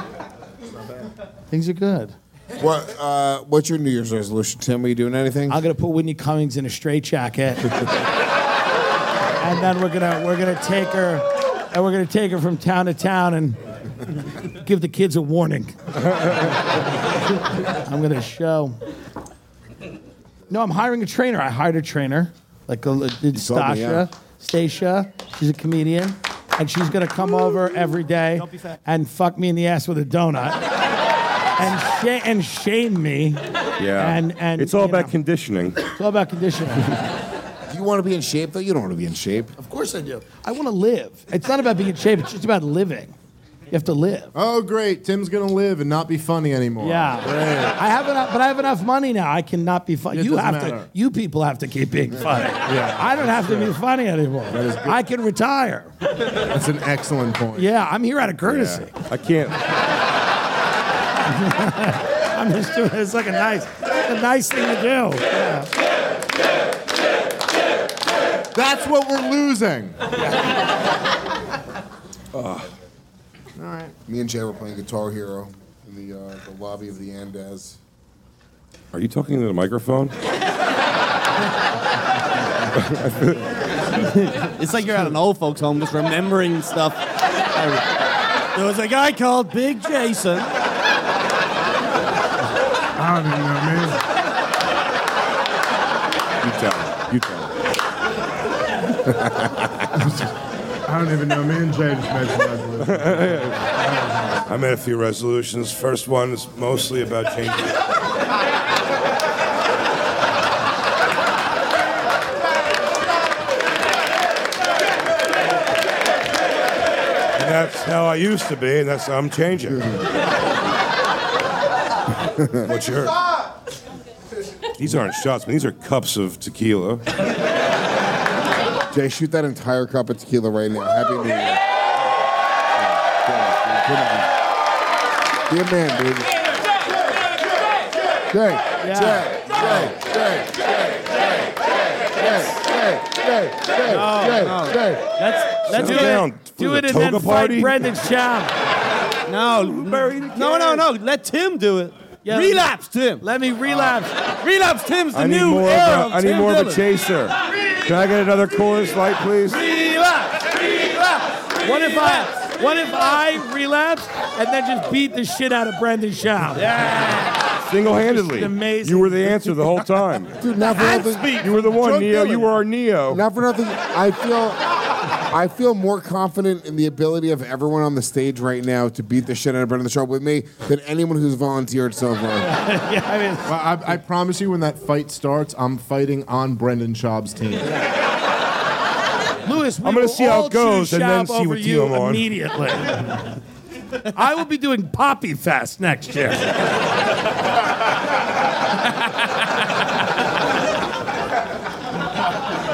things are good.
What uh, what's your New Year's resolution, Tim? Are you doing anything?
I'm gonna put Whitney Cummings in a straitjacket, and then we're gonna we're gonna take her, and we're gonna take her from town to town and give the kids a warning. I'm gonna show. No, I'm hiring a trainer. I hired a trainer, like a, did
told me, yeah.
Stasha. Stacia, she's a comedian, and she's gonna come over every day and fuck me in the ass with a donut, and sh- and shame me.
Yeah.
And and
it's all
you know.
about conditioning.
It's all about conditioning.
Do you want to be in shape though? You don't want to be in shape.
Of course I do. I want to live. It's not about being in shape. It's just about living. You have to live.
Oh, great. Tim's going to live and not be funny anymore.
Yeah.
Great.
I have enough, but I have enough money now. I cannot be funny.
It
You
doesn't
have
matter.
to. You people have to keep being funny.
Yeah.
I don't have to be funny anymore.
is good.
I can retire.
That's an excellent point.
Yeah, I'm here out of courtesy.
I can't.
I'm just doing it's like a nice, a nice thing to do.
That's what we're losing.
All right. Me and Jay were playing Guitar Hero in the uh, the lobby of the Andaz.
Are you talking into the microphone?
it's like you're at an old folks' home just remembering stuff. There was a guy called Big Jason.
I don't even know, man.
You tell. You tell.
[LAUGHS] I don't even know. Me and Jay just made some
I made a few resolutions. First one is mostly about changing. And that's how I used to be, and that's how I'm changing. What's your? These aren't shots, man. These are cups of tequila.
Jay, shoot that entire cup of tequila right now. Happy New Year. Yeah, Come on. Be a man, baby. Jay, Jay, Jay, Jay, Jay, Jay, Jay, Jay, Jay, Jay, Jay, Jay.
Let's,
let's do it. Do it and then fight Brendan Schaub.
No, no, no, no. Let Tim do it.
Yeah.
relapse, Tim.
Let me relapse. [LAUGHS]
relapse, Tim's the
I need
new
more.
era
Of
of
a, I need
Tim
more of a
Dillon.
chaser. Can I get another Coors Light, please?
Relapse, relapse,
What if I what if I relapse and then just beat the shit out of Brendan Schaub?
Single-handedly.
It's amazing.
You were the answer the whole
[LAUGHS]
time.
Dude, not for nothing.
You were the one,
Joe
Neo.
Dillon.
You were our Neo.
Not for nothing. I feel, I feel more confident in the ability of everyone on the stage right now to beat the shit out of Brendan Sharp with me than anyone who's volunteered so far.
yeah, I mean,
Well, I, I promise you, when that fight starts, I'm fighting on Brendan Schaub's team.
Lewis, we
I'm gonna
will
see how it
all
goes
choose
and then
Schaub
see what
over
team
you [LAUGHS]
I'm on.
immediately.
I will be doing Poppy Fest next year.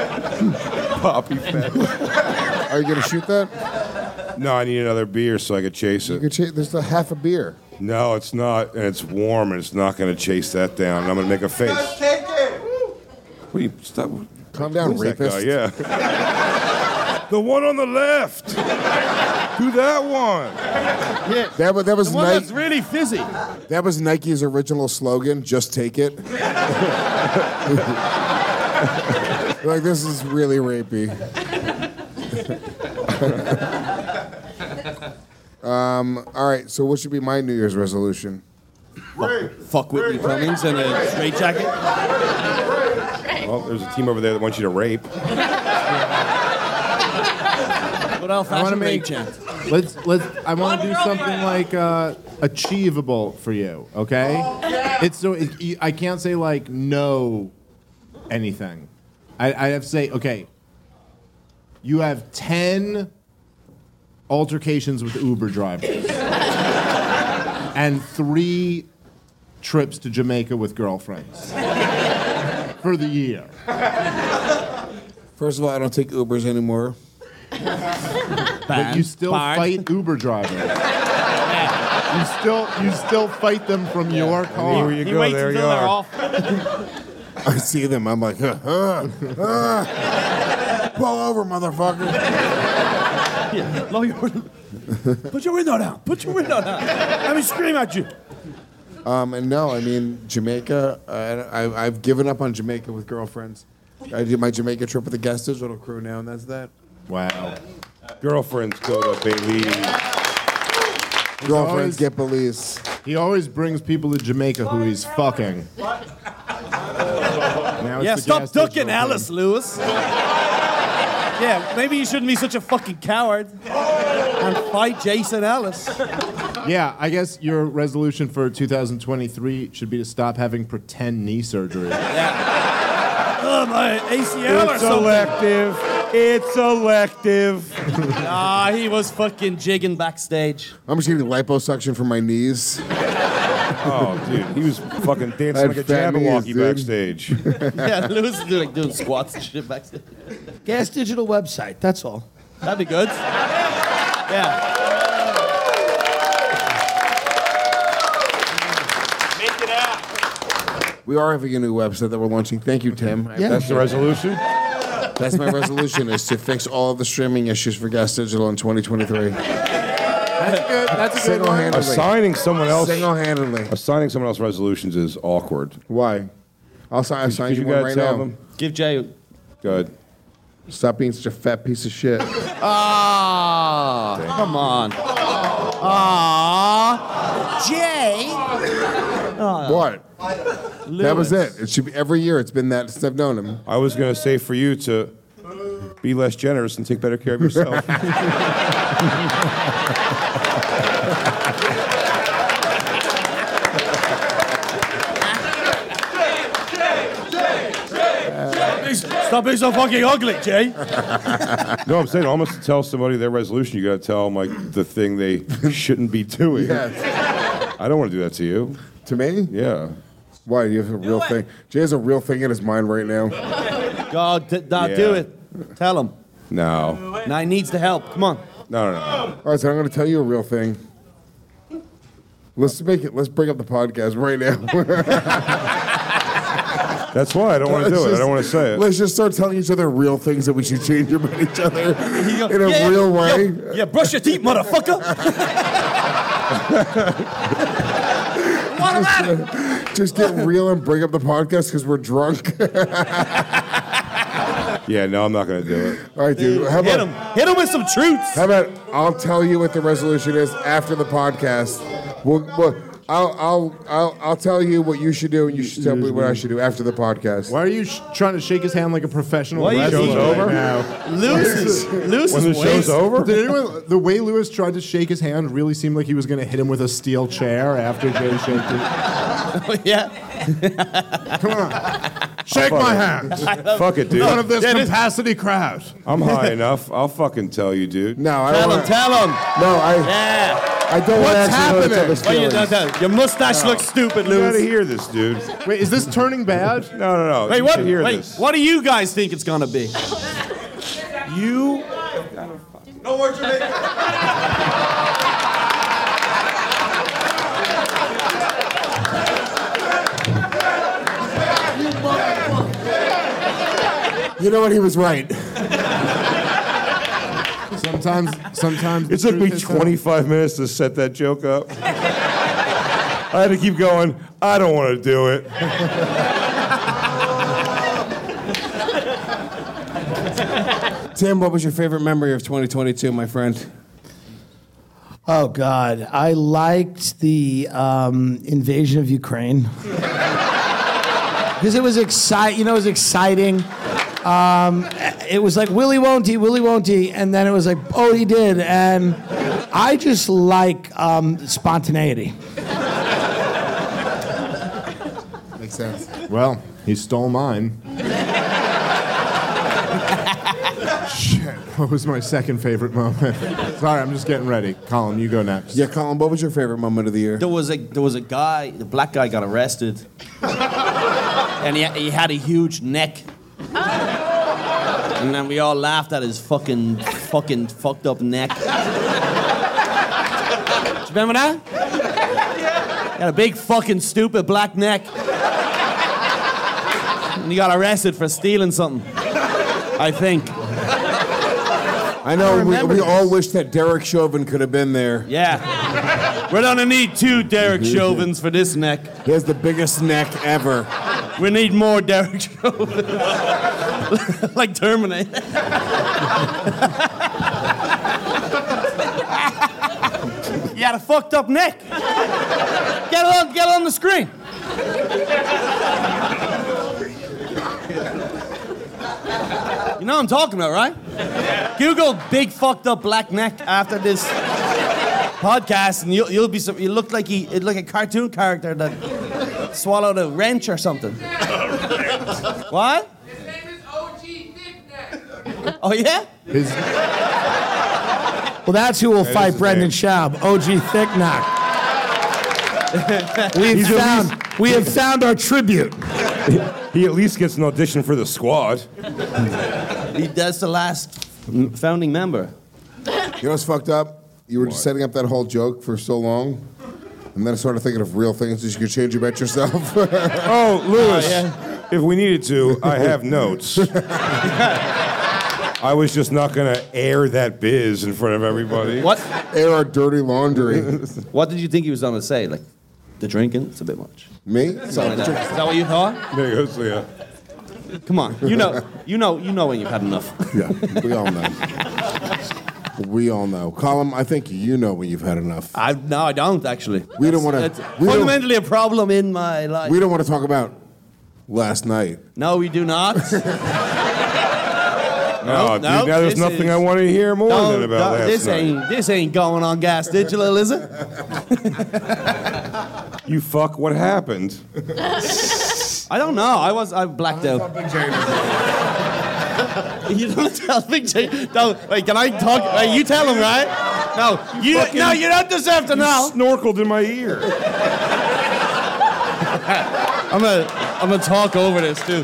Poppy Are you gonna shoot that?
[LAUGHS] No, I need another beer so I could chase it.
You could cha- there's a half a beer.
No, it's not, and it's warm, and it's not going to chase that down. And I'm going to make a face.
Take it.
What do you stop?
Calm down,
Who's that
rapist.
guy? Yeah. [LAUGHS] the one on the left. Do that one.
Yeah, that, wa- that was
The one
Ni-
that's
really fizzy. That was Nike's original slogan: "Just take it." [LAUGHS] like this is really rapey. [LAUGHS] um, all right, so what should be my New Year's resolution?
Fuck,
fuck
Whitney Cummings and a straight jacket.
Well, there's a team over there that wants you to rape.
What else?
I want to
Fashion
make.
rape chant.
Let's let's. I want to do something like uh, achievable for you. Okay. It's so it, you- I can't say like no, anything. I, I have to say okay. You have ten altercations with Uber drivers, and three trips to Jamaica with girlfriends for the year.
First of all, I don't take Ubers anymore.
But you still fight Uber drivers. You still you still fight them from your car.
Anywhere you Oh. He go, waits there until you they're are. off. [LAUGHS] I see them. I'm like,
"Uh,
huh, huh, huh. pull over, motherfucker.
Yeah. Lower your Put your window down. Put your window down. Let me scream at you.
Um, and no, I mean Jamaica. Uh, I, I've given up on Jamaica with girlfriends. I did my Jamaica trip with the guest digital crew now, and that's that.
Wow. Girlfriends go to
[LAUGHS]
Belize.
Girlfriends
always-
get police.
He always brings people to Jamaica who he's fucking. Now it's
yeah,
the
stop
gas
ducking
station
Alice, Lewis. yeah, maybe you shouldn't be such a fucking coward and fight Jason Alice.
open. Yeah, I guess your resolution for 2023 should be to stop having pretend knee surgery.
Ugh, Oh, my ACL or
It's
something.
elective.
It's elective. nah, Ah, he was fucking jigging backstage.
I'm just getting liposuction for my knees.
Oh, dude, he was fucking dancing
I had
like a
fat knees,
Jabberwocky
dude.
backstage.
[LAUGHS]
[LAUGHS] yeah, Lewis is doing, doing squats and shit backstage.
Gas Digital website. That's all.
That'd be good. Yeah.
We are having a new website that we're launching. Thank you, Tim. I
Yeah. That's the
appreciate
resolution?
that. That's my resolution is to fix all of the streaming issues for Gas Digital in 2023.
That's good. That's a good one.
Single-handedly.
Assigning someone else.
Single-handedly.
Assigning someone else resolutions is awkward.
Why? I'll sign, I'll
Could-
sign
could
you,
you
one
guys
right
tell
now.
them?
Give Jay.
Good.
Stop being such a fat piece of shit.
Ah, come on. Ah, Jay.
What? That was it. It should be every year. It's been that since I've known him.
I was going to say for you to be less generous and take better care
[LAUGHS]
of yourself.
Stop being so fucking ugly, Jay.
no, I'm saying almost to tell somebody their resolution, you got to tell them like the
[LAUGHS]
thing they shouldn't be doing. I don't want to do that to you.
To me?
Yeah.
Why? You have a real thing. Jay has a real thing in his mind right now.
God, d- nah,
Yeah.
do it. Tell him.
No.
Nah, he needs the help. Come on.
No, no, no.
All right, so I'm going to tell you a real thing. Let's make it. Let's break up the podcast right now.
That's why I don't want to do it. I don't want to say it.
Let's just start telling each other real things that we should change about each other in a
Yeah,
real
yo,
way.
yeah, brush your teeth, motherfucker. what about it?
Just get real and break up the podcast because we're drunk. [LAUGHS]
Yeah, no, I'm not going to do it.
All right, dude. How about, hit him.
Hit him with some truths.
How about I'll tell you what the resolution is after the podcast. We'll, we'll, I'll, I'll, I'll, I'll tell you what you should do, and you should tell me what I should do after the podcast.
Why are you sh- trying to shake his hand like a professional?
Why you-
wrestler
Show's
right
over?
now?
Lewis
[LAUGHS]
is- Lewis
[LAUGHS]
When is the show's wasted. over?
Did anyone, [LAUGHS] the way Lewis tried to shake his hand really seemed like he was going to hit him with a steel chair after Jay shaked it.
yeah.
Come on. Shake my
[LAUGHS]
hand.
Fuck it, dude.
None of this
Yeah, it is-
capacity crowd.
I'm high enough. I'll fucking tell you, dude.
No, I
Tell
don't
him,
wanna- No, I.
Yeah.
I don't want to
What's
actually know until
happening?
this
Wait,
feeling.
no, no, your mustache looks stupid,
You
Louis.
gotta hear this, dude.
Wait, is this turning bad?
No, no, no.
Wait,
you
what?
should Hear
Wait,
this.
what do you guys think it's gonna be?
You.
No more Jamaica.
You know what? He was right. sometimes, sometimes.
It took me
uh,
25 minutes to set that joke
[LAUGHS]
up. I had to keep going. I don't want to do it.
Tim, what was your favorite memory of 2022, my friend?
Oh God, I liked the um, invasion of Ukraine because it was exciting. You know, it was exciting. Um, it was like Willy won't he, Willy won't he, and then it was like, oh, he did, and I just like um, spontaneity.
Makes sense.
Well, he
[LAUGHS]
stole mine.
Shit.
What was my second favorite moment? [LAUGHS] Sorry, I'm just getting ready. Colin, you go next.
Yeah, Colin, what was your favorite moment of the year?
There was a there was a guy, the black guy got arrested, and he, he had a huge neck. And then we all laughed at his fucking fucking fucked up neck. Do you remember that? He had a big fucking stupid black neck. And he got arrested for stealing something. I think.
I know we,
remember
we
this.
all wish that Derek Chauvin could have been there.
Yeah. We're gonna need two Derek Chauvins for this neck.
He has the biggest neck ever.
We need more Derek Chauvins. [LAUGHS] like Terminator. [LAUGHS] you had a fucked up neck. Get on, get on the screen. You know what I'm talking about, right? Google big fucked up black neck after this podcast, and you'll, you'll be sur- you look like he it like a cartoon character that swallowed a wrench or something. What? [LAUGHS] Oh yeah?
Well, that's who will
That is
fight
his
Brendan Schaub, OG Thick
[LAUGHS]
Knock. We've
He's at
found, we have found our tribute.
He at least gets an audition for the squad.
He, that's the last founding member.
You know what's fucked up? You were just setting up that whole joke for so long, and then I started thinking of real things that you could change about yourself. [LAUGHS]
oh, Lewis,
Uh,
if we needed to, I
[LAUGHS]
have notes. I was just not going to air that biz in front of everybody.
What?
Air our dirty laundry.
What did you think he was gonna say? Like, the drinking? It's a bit much.
Me?
Something like that. Is that what you thought?
There goes Leah.
Come on, you know, you know, you know when you've had enough.
yeah, we all know. We all know. Colin, I think you know when you've had enough.
I no, I don't actually.
We don't want
That's
to. We don't,
fundamentally a problem in my life.
we don't want to talk about last night.
No, we
[LAUGHS]
do not.
Oh, dude, now there's
this is-
nothing I want to hear more
Don't-
than about
don't-
last
this
night.
Ain't, this ain't going on gas digital, is it?
You fuck, what happened?
I don't know. I was I blacked out. [LAUGHS] you don't tell Big J. No, wait, can I talk? Wait, you tell him, right? No, you,
fucking-
no, you don't deserve to
you
know.
Snorkeled in my ear.
I'm gonna I'm gonna talk over this too.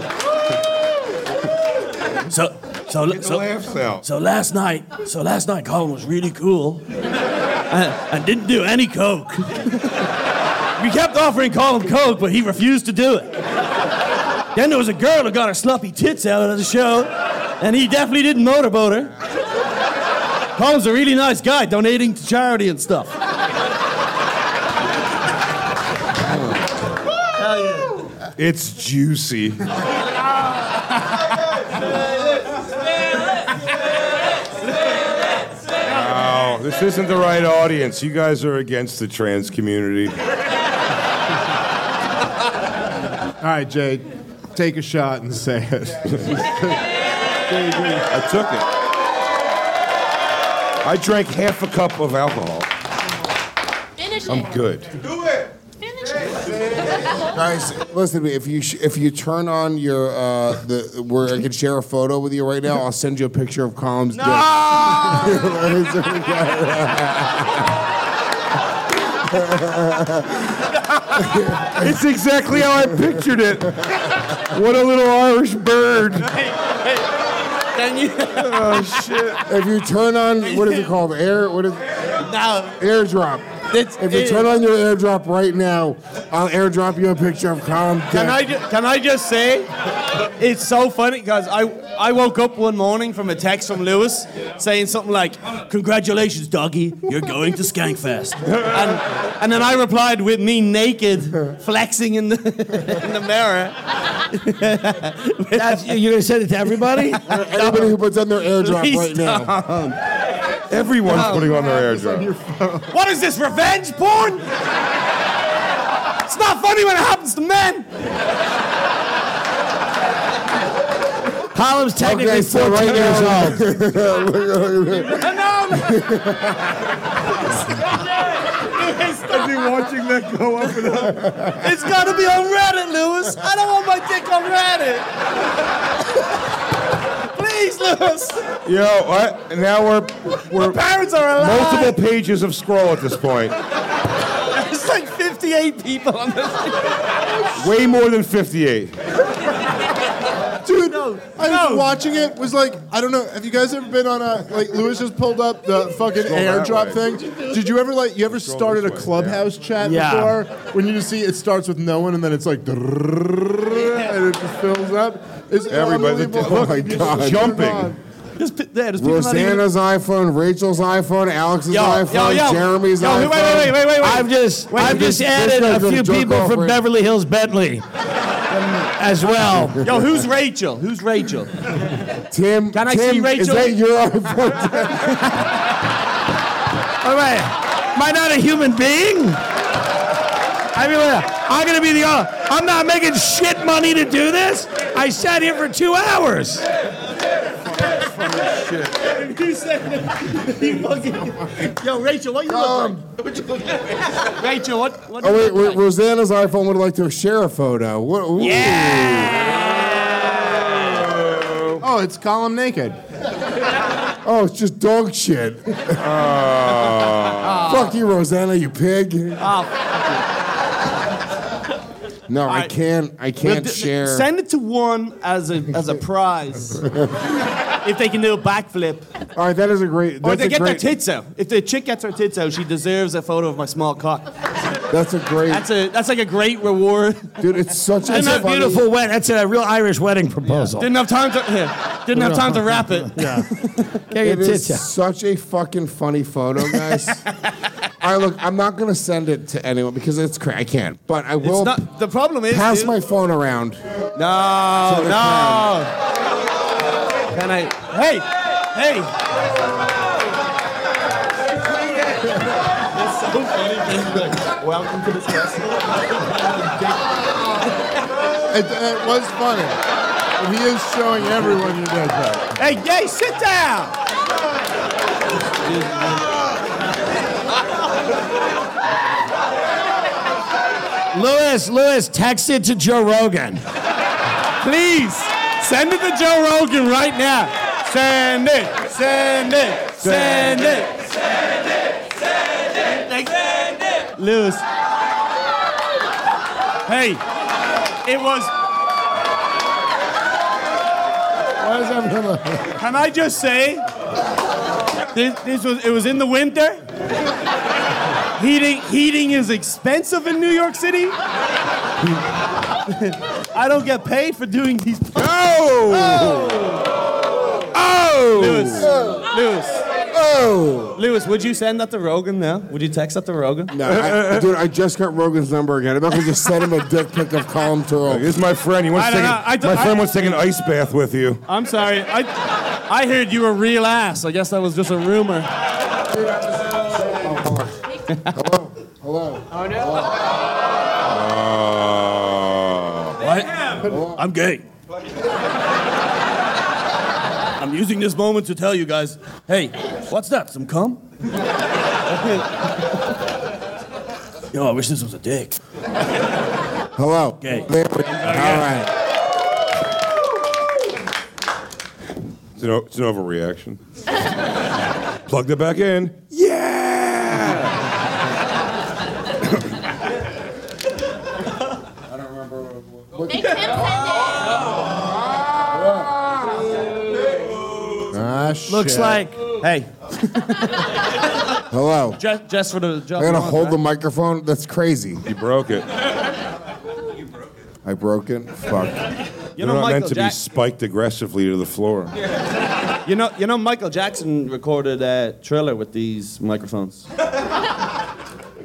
So, so,
Get the laughs
so,
out.
so last night, so last night, Colin was really cool, and, and didn't do any coke. we kept offering Colin coke, but he refused to do it. Then there was a girl who got her sloppy tits out at the show, and he definitely didn't motorboat her. Colin's a really nice guy, donating to charity and stuff.
It's juicy. Wow, this isn't the right audience. You guys are against the trans community.
All right, Jay, take a shot and say
[LAUGHS]
it.
I took it. I drank half a cup of alcohol.
Um,
I'm good.
Do it.
Guys, listen to me. If you sh- if you turn on your uh, the where I can share a photo with you right now, I'll send you a picture of Colin's dick.
[LAUGHS] it's exactly how I pictured it. What a little Irish bird.
Can
[LAUGHS]
you? oh shit! If you turn on what is it called? Air? What is?
Now
airdrop. if you
it-
turn on your airdrop right now, I'll airdrop you a picture of Calm.
Can I, ju- can I just say, it's so funny because I, I woke up one morning from a text from Lewis saying something like, Congratulations, doggy, you're going to Skankfest. And, and then I replied with me naked, flexing in the, [LAUGHS] in the mirror.
That's, you're going to send it
[LAUGHS]
to everybody?
Anybody who puts on their airdrop
Please
right now.
don't.
Everyone's putting on their airdrop.
What is this, revenge porn? It's not funny when it happens to men.
Column's technically
Okay, so
14
right
years
now-
old.
Look, look, look.
I've
been watching that go up and up.
It's got to be on Reddit, Lewis. I don't want my dick on Reddit. Please, Lewis.
Yo, what? Now we're we're
parents are alive.
multiple pages of scroll at this point.
There's like 58 people on this.
Way more than 58.
Dude, I was watching it. Was like, I don't know. Have you guys ever been on a like? Lewis just pulled up the fucking
Scroll that
airdrop
way.
thing. Did you ever like? You ever started a clubhouse chat
Yeah.
before? When you just see it starts with no one and then it's like, and it just fills up. It's
Everybody-
unbelievable.
oh my
You just
God.
turn it
Jumping.
on.
Rosanna's iPhone, Rachel's iPhone, Alex's
Yo, yo,
iPhone,
yo.
Jeremy's
Yo, wait,
iPhone.
wait, wait, wait, wait, wait.
I've just
Wait,
I've
this-
just
this
added
guy's
a
gonna
few
jerk
people
off
from
right-
Beverly Hills Bentley as well.
Yo, who's Rachel? Who's Rachel?
Tim,
Can I
Tim,
see Rachel?
Is that
[LAUGHS]
your iPhone?
All right. Am I not a human being? I mean, what- I'm gonna be the. uh, I'm not making shit money to do this. I sat here for two hours.
you said he fucking. Yo, Rachel, what you look like? Rachel, what? what
Um, oh wait, wait, Rosanna's iPhone would like to share a photo. What, ooh.
Oh, it's column naked.
Oh, it's just dog shit.
Oh.
Fuck you, Rosanna, you pig. No, I can't. I can't
Well, d-
share.
Send it to one as a as a prize. if they can do a backflip.
All right, that is a great.
Or
That's
Oh, they
a
get
great,
their tits out. If the chick gets her tits out, she deserves a photo of my small cock.
That's a great.
That's a that's like a great
[LAUGHS]
reward.
Dude, it's such
That's a beautiful wedding. That's a real Irish wedding proposal.
Didn't have time to yeah, didn't have time to wrap it. [LAUGHS]
Yeah.
It
your
is
tits out.
such a fucking funny photo, guys. I look. I'm not gonna send it to anyone because it's. Cra- I can't. But I will.
not- the problem is,
pass
dude-
my phone around.
No,
To the
no. Can I? Hey, hey.
Welcome to this
It, it was funny. He is showing everyone you does that.
Hey, hey, sit down.
Lewis, Lewis, text it to Joe Rogan.
Please send it to Joe Rogan right now. Send it, send it, send it. Lewis. Hey, it was.
Why is everyone?
Can I just say, this, this was it was in the winter. Heating heating is expensive in New York City. [LAUGHS] I don't get paid for doing these. Oh!
Oh!
Lewis. Lewis.
Oh!
Lewis, would you send that to Rogan now? Would you text that to Rogan?
No, I, dude, I just got Rogan's number again. I'm not gonna just send him a dick pic of Colin Turl.
This is my friend. He wants
I
to
don't
take
know. I
a,
don't-
my friend
I-
wants to take an ice bath with you.
I'm sorry. I I heard you were real ass. I guess that was just a rumor.
Hello. Hello.
Oh no.
Uh,
What? I'm gay. I'm using this moment to tell you guys, hey, what's that? Some cum? Yo, I wish this was a dick.
Hello.
Gay.
There we- All right.
It's an, o- it's
[LAUGHS]
an overreaction. Plugged it back in. Yeah.
looks
Ah, shit.
like.
Hey.
Hello.
Just, just for the. Just
I gotta
for
hold
right?
the microphone. That's crazy. You
broke
[LAUGHS]
it.
I broke it. Fuck.
You are
know
not meant
Michael
to be
Jack-
spiked aggressively to the floor.
You know, you know, Michael Jackson recorded uh, Thriller with these
[LAUGHS]
microphones.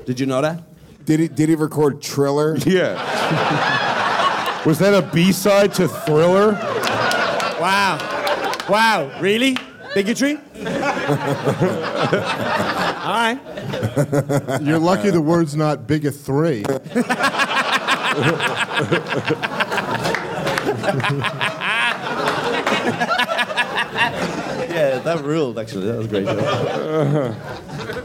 Did you know that?
Did he? Did he record
[LAUGHS]
Triller?
Yeah. [LAUGHS] Was that a B side to Thriller?
Wow. Wow. Really?
[LAUGHS]
Bigotry? All right.
You're lucky the word's not big at three.
Yeah, that ruled, actually. That was a great. Joke.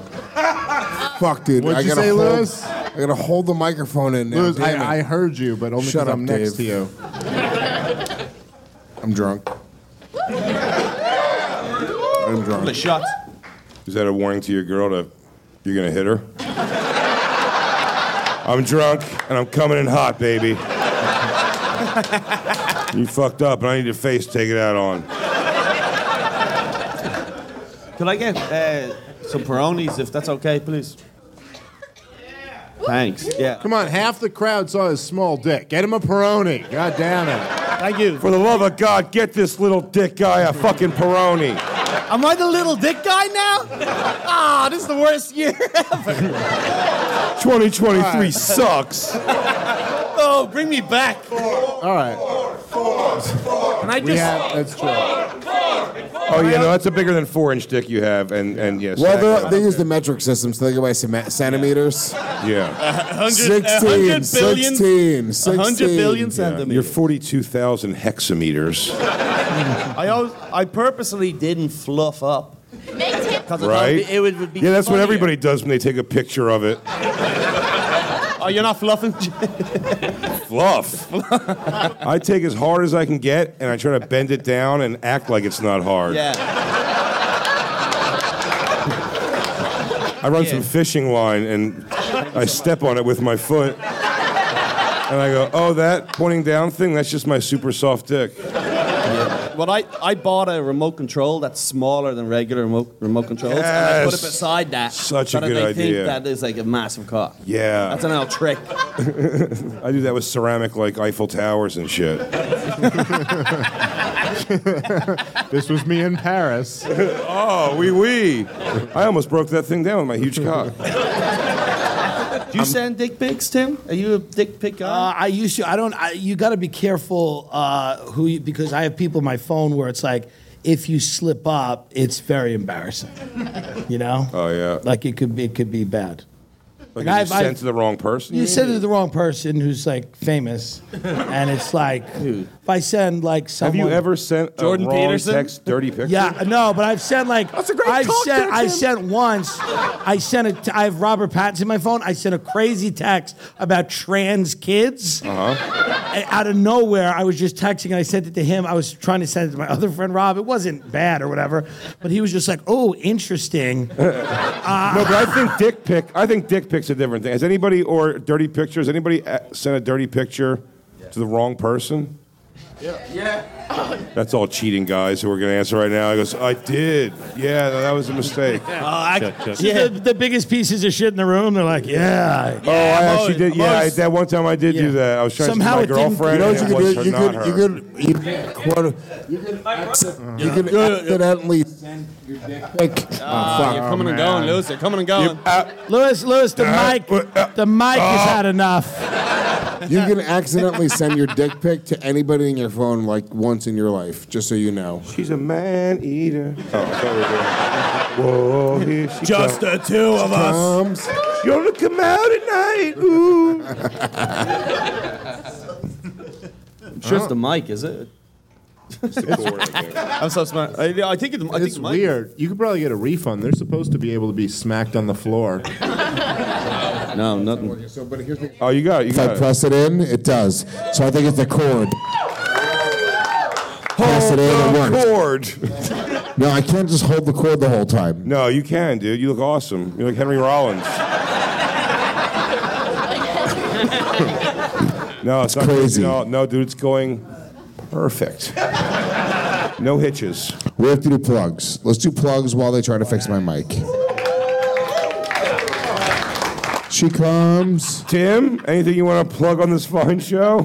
Fuck, dude.
What'd
I
you
gotta
say,
hold,
Lewis?
I gotta hold the microphone in. Now,
Lewis,
damn
I, I
it.
heard you, but only
Shut
because
up,
I'm next
Dave.
to you.
I'm drunk.
I'm
drunk.
The shot.
Is that a warning to your girl to you're gonna hit her? I'm drunk and I'm coming in hot, baby. you fucked up and I need your face taken out on.
Can I get uh, some Peronis, if that's okay, please? Thanks. Yeah.
Come on, half the crowd saw his small dick. Get him a Peroni. God damn it.
Thank you.
For the love of God, get this little dick guy a fucking Peroni.
Am I the little dick guy now? Ah, this is the worst year [LAUGHS] ever.
2023 sucks.
Oh, bring me back.
All right.
Can I
We
just?
have- that's true.
Oh yeah, no, that's a bigger than four inch dick you have, and and yes.
Well, they, they use the metric system, so they go by cema- centimeters.
yeah.
16, 16, 16.
You're 42,000 hexameters.
I always, I purposely didn't fluff up. Because
Right?
It would, would be
yeah, that's what
funnier.
everybody does when they take a picture of it.
Oh, you're not fluffing?
Fluff. I take as hard as I can get and I try to bend it down and act like it's not hard.
yeah.
I run some fishing line and I step on it with my foot. And I go, oh, that pointing down thing, that's just my super soft dick.
Well, I, I bought a remote control that's smaller than regular remote, remote controls. And I put
Yes.
it beside that.
Such
so
a
that
good
they
idea.
think that is like a massive cock.
Yeah.
That's an old trick.
I do that with ceramic like Eiffel Towers and shit.
this was me
[LAUGHS]
in Paris.
oh, wee wee. I almost broke that thing down with my huge cock.
Do you send dick pics, Tim? Are you a dick pic guy?
Uh, I used to. I don't. I, you got to be careful uh, who you, because I have people on my phone where it's like, if you slip up, it's very embarrassing. You know.
Oh yeah.
Like it could be. It could be bad. Like,
Like, you
I've-
sent
I've-
to the wrong person.
You send it to the wrong person who's like [LAUGHS] famous, and it's like if I send like
Have
someone.
you ever sent a
Jordan
wrong
Peterson?
text dirty picture?
Yeah, no, but I've sent like That's a great I've
talk
sent
there,
I
Tim.
sent once. I sent a t- I have Robert Pattinson in my phone. I sent a crazy text about trans kids. And Out of nowhere, I was just texting and I sent it to him. I was trying to send it to my [LAUGHS] other friend Rob. It wasn't bad or whatever, but he was just like, "Oh, [LAUGHS] interesting."
no, but I think dick pic. I think dick pic's a different thing. Has anybody or dirty pictures? Anybody uh, sent a dirty picture to the wrong person? Yeah. Yeah. That's all cheating, guys. Who are going to answer right now? I goes, I did. Yeah, that was a mistake.
Oh, I- The, the biggest pieces of shit in the room. They're like, "Yeah."
Oh, I actually did. Yeah, I, that one time I did do that. I was trying
Somehow
to
it
see my
didn't- You
girlfriend.
know
and
what
it
you
was
could do?
her, not her.
You could, you could, quote- you could,
Uh-huh.
acci- you could accidentally send your dick pic.
Ah,
fuck.
you're coming and going, Lewis. You're coming and going.
Lewis, Lewis, the
Uh,
mic, the mic has had enough.
You
Uh, [LAUGHS]
can accidentally send your dick pic to anybody in your phone like once in your life, just so you know.
She's a man eater. Oh, I thought we were doing- Whoa, here she
Just
comes.
the two of us. Comes.
You're gonna come out
[LAUGHS]
at night. Ooh.
I'm sure it's the mic, is it? I'm so smart. I, I think it, I think
It's
the mic-
weird. You could probably get a refund. They're supposed to be able to be smacked on the floor.
No, nothing.
So, but here's the,
Oh, you got it. You
if I
got it.
press it in, it does. So I think it's the cord. press it in, it
Hold
works.
the cord.
No, I can't just hold the cord the whole time.
No, you can, dude. You look awesome. You're like Henry Rollins. no, it's, not
crazy.
No, no, dude, it's going perfect. No hitches.
We have to do plugs. Let's do plugs while they try to fix my mic. She comes.
Tim, anything you want to plug on this fine show?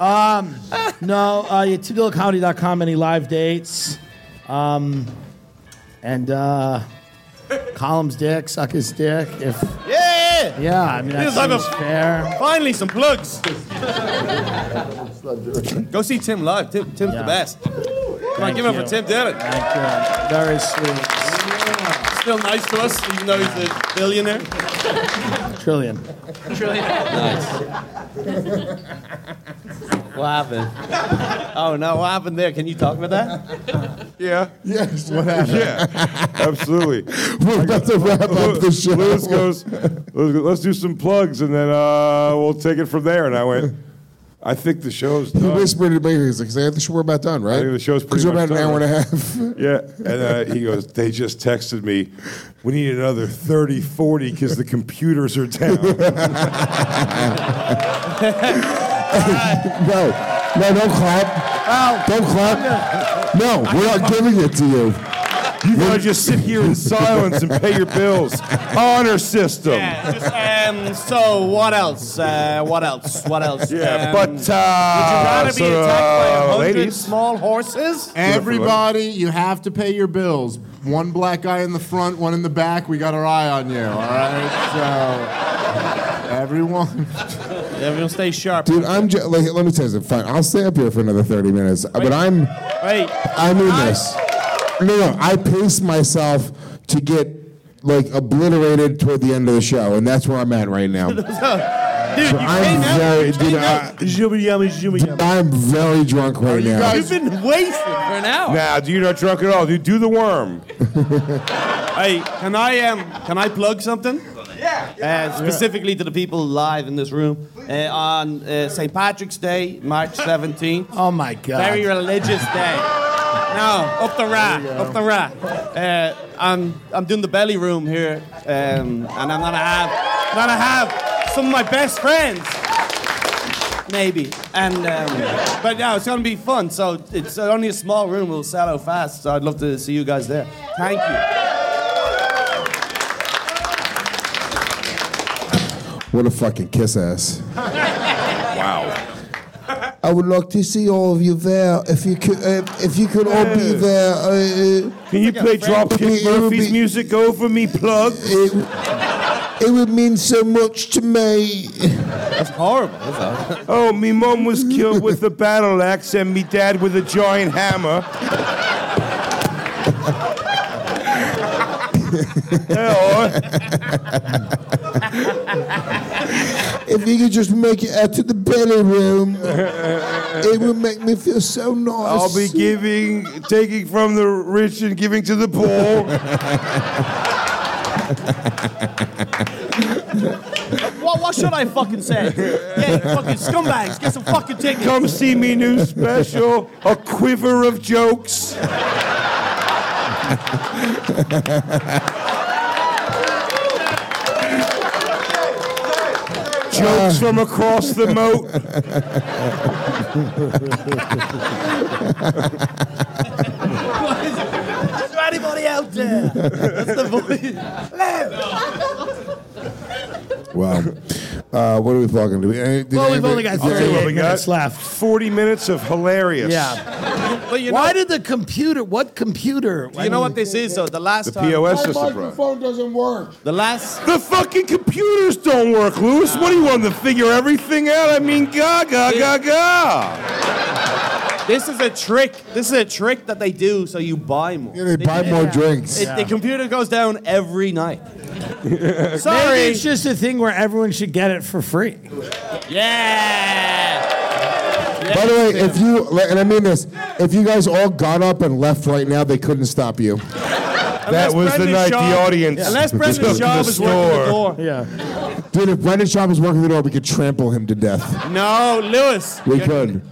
Um, no, uh, yeah, timdillacomedy.com, any live dates. Um, and uh, Column's dick, suck his dick. If
Yeah!
Yeah, I mean, that
Yes, I'm a-
seems fair.
Finally, some plugs. Go see Tim live. Tim, Tim's the best. Come on,
Thank
give it up
you.
for Tim Dillon.
Thank you. Very sweet.
Still nice to us, even though he's a billionaire.
Trillion.
Trillion.
Nice.
What happened? Oh no, what happened there? Can you talk about that?
Yeah.
[LAUGHS] Yes,
what happened? Yeah, absolutely.
We're about to wrap up the show.
Lewis goes, Lewis goes, let's do some plugs and then uh, we'll take it from there. And I went, I think the show's
He
done.
whispered to me, he's like, I think we're about done, right?
uh, I think the show's pretty
Because we're
much
about an hour
done.
and a half.
Yeah. And uh, he goes, they just texted me, we need another 30, 40 because the computers are down.
[LAUGHS] no, no, don't clap. Don't clap. No, we're not giving it to you.
[LAUGHS] You gotta just sit here in silence and pay your bills. Honor system.
[LAUGHS] Yeah, just, um, so what else? Uh, what else? What else?
Yeah,
Um,
but, uh,
would you rather
so,
be attacked by a
uh,
hundred
ladies?
small horses?
Everybody, you have to pay your bills. One black guy in the front, one in the back. We got our eye on you, all right? So, everyone.
Everyone stay sharp.
Dude, I'm just, like, let me tell you something. Fine, I'll stay up here for another 30 minutes, but I'm,
[LAUGHS] Wait.
I'm in this. No, no, I pace myself to get like obliterated toward the end of the show, and that's where I'm at
[LAUGHS]
right now.
Dude,
Dude,
you
I'm very, dude, I, dude, I'm very drunk right now.
You've been wasted for an hour.
Nah, dude, you're not drunk at all. Dude, do the worm.
Hey, can I um, can I plug something? Yeah. Uh, specifically to the people live in this room uh, on uh, St. Patrick's Day, March 17th.
[LAUGHS] Oh my God.
Very religious day. No, up the rat, up the rat. Uh, I'm I'm doing the belly room here, um, and I'm gonna have gonna have some of my best friends, maybe. And um, but no, it's gonna be fun. So it's only a small room. We'll sell out fast. So I'd love to see you guys there. Thank you.
What a fucking kiss ass.
[LAUGHS] Wow.
I would like to see all of you there. If you could, uh, if you could all be there. Uh,
Can you play Dropkick Murphys music over me, plug?
It, it would mean so much to me.
That's horrible.
oh, me mom was killed with a battle axe and me dad with a giant hammer.
if you could just make it out to the belly room,
[LAUGHS]
it would make me feel so nice.
I'll be giving, taking from the rich and giving to the poor.
What, what should I fucking say? Yeah, you fucking scumbags, get some fucking tickets.
Come see me new special, a quiver of jokes. Jokes from across the moat.
Is there anybody out there? That's the voice. [LAUGHS]
Wow. Uh, what are we plugging? Do we, uh, did
Well, we've
anybody-
only got
did anybody-
38 minutes left.
40 minutes of hilarious.
Yeah. Why did the computer? What computer?
You know what this is though? The last
The
time
POS My system, bro.
doesn't work.
The last
The fucking computers don't work, Lewis. What do you want to figure everything out? I mean, ga ga ga ga.
This is a trick. This is a trick that they do so you buy more. Yeah,
they buy more drinks.
It, The computer goes down every
[LAUGHS]
night.
Sorry,
Sorry.
it's just a thing where everyone should get it for free.
By the way, if you like, and I mean this, if you guys all got up and left right now, they couldn't stop you.
That was the night the audience. took the store.
Yeah.
Dude, if Brendan Schaub was working the door, we could trample him to death.
No, Lewis.
We could.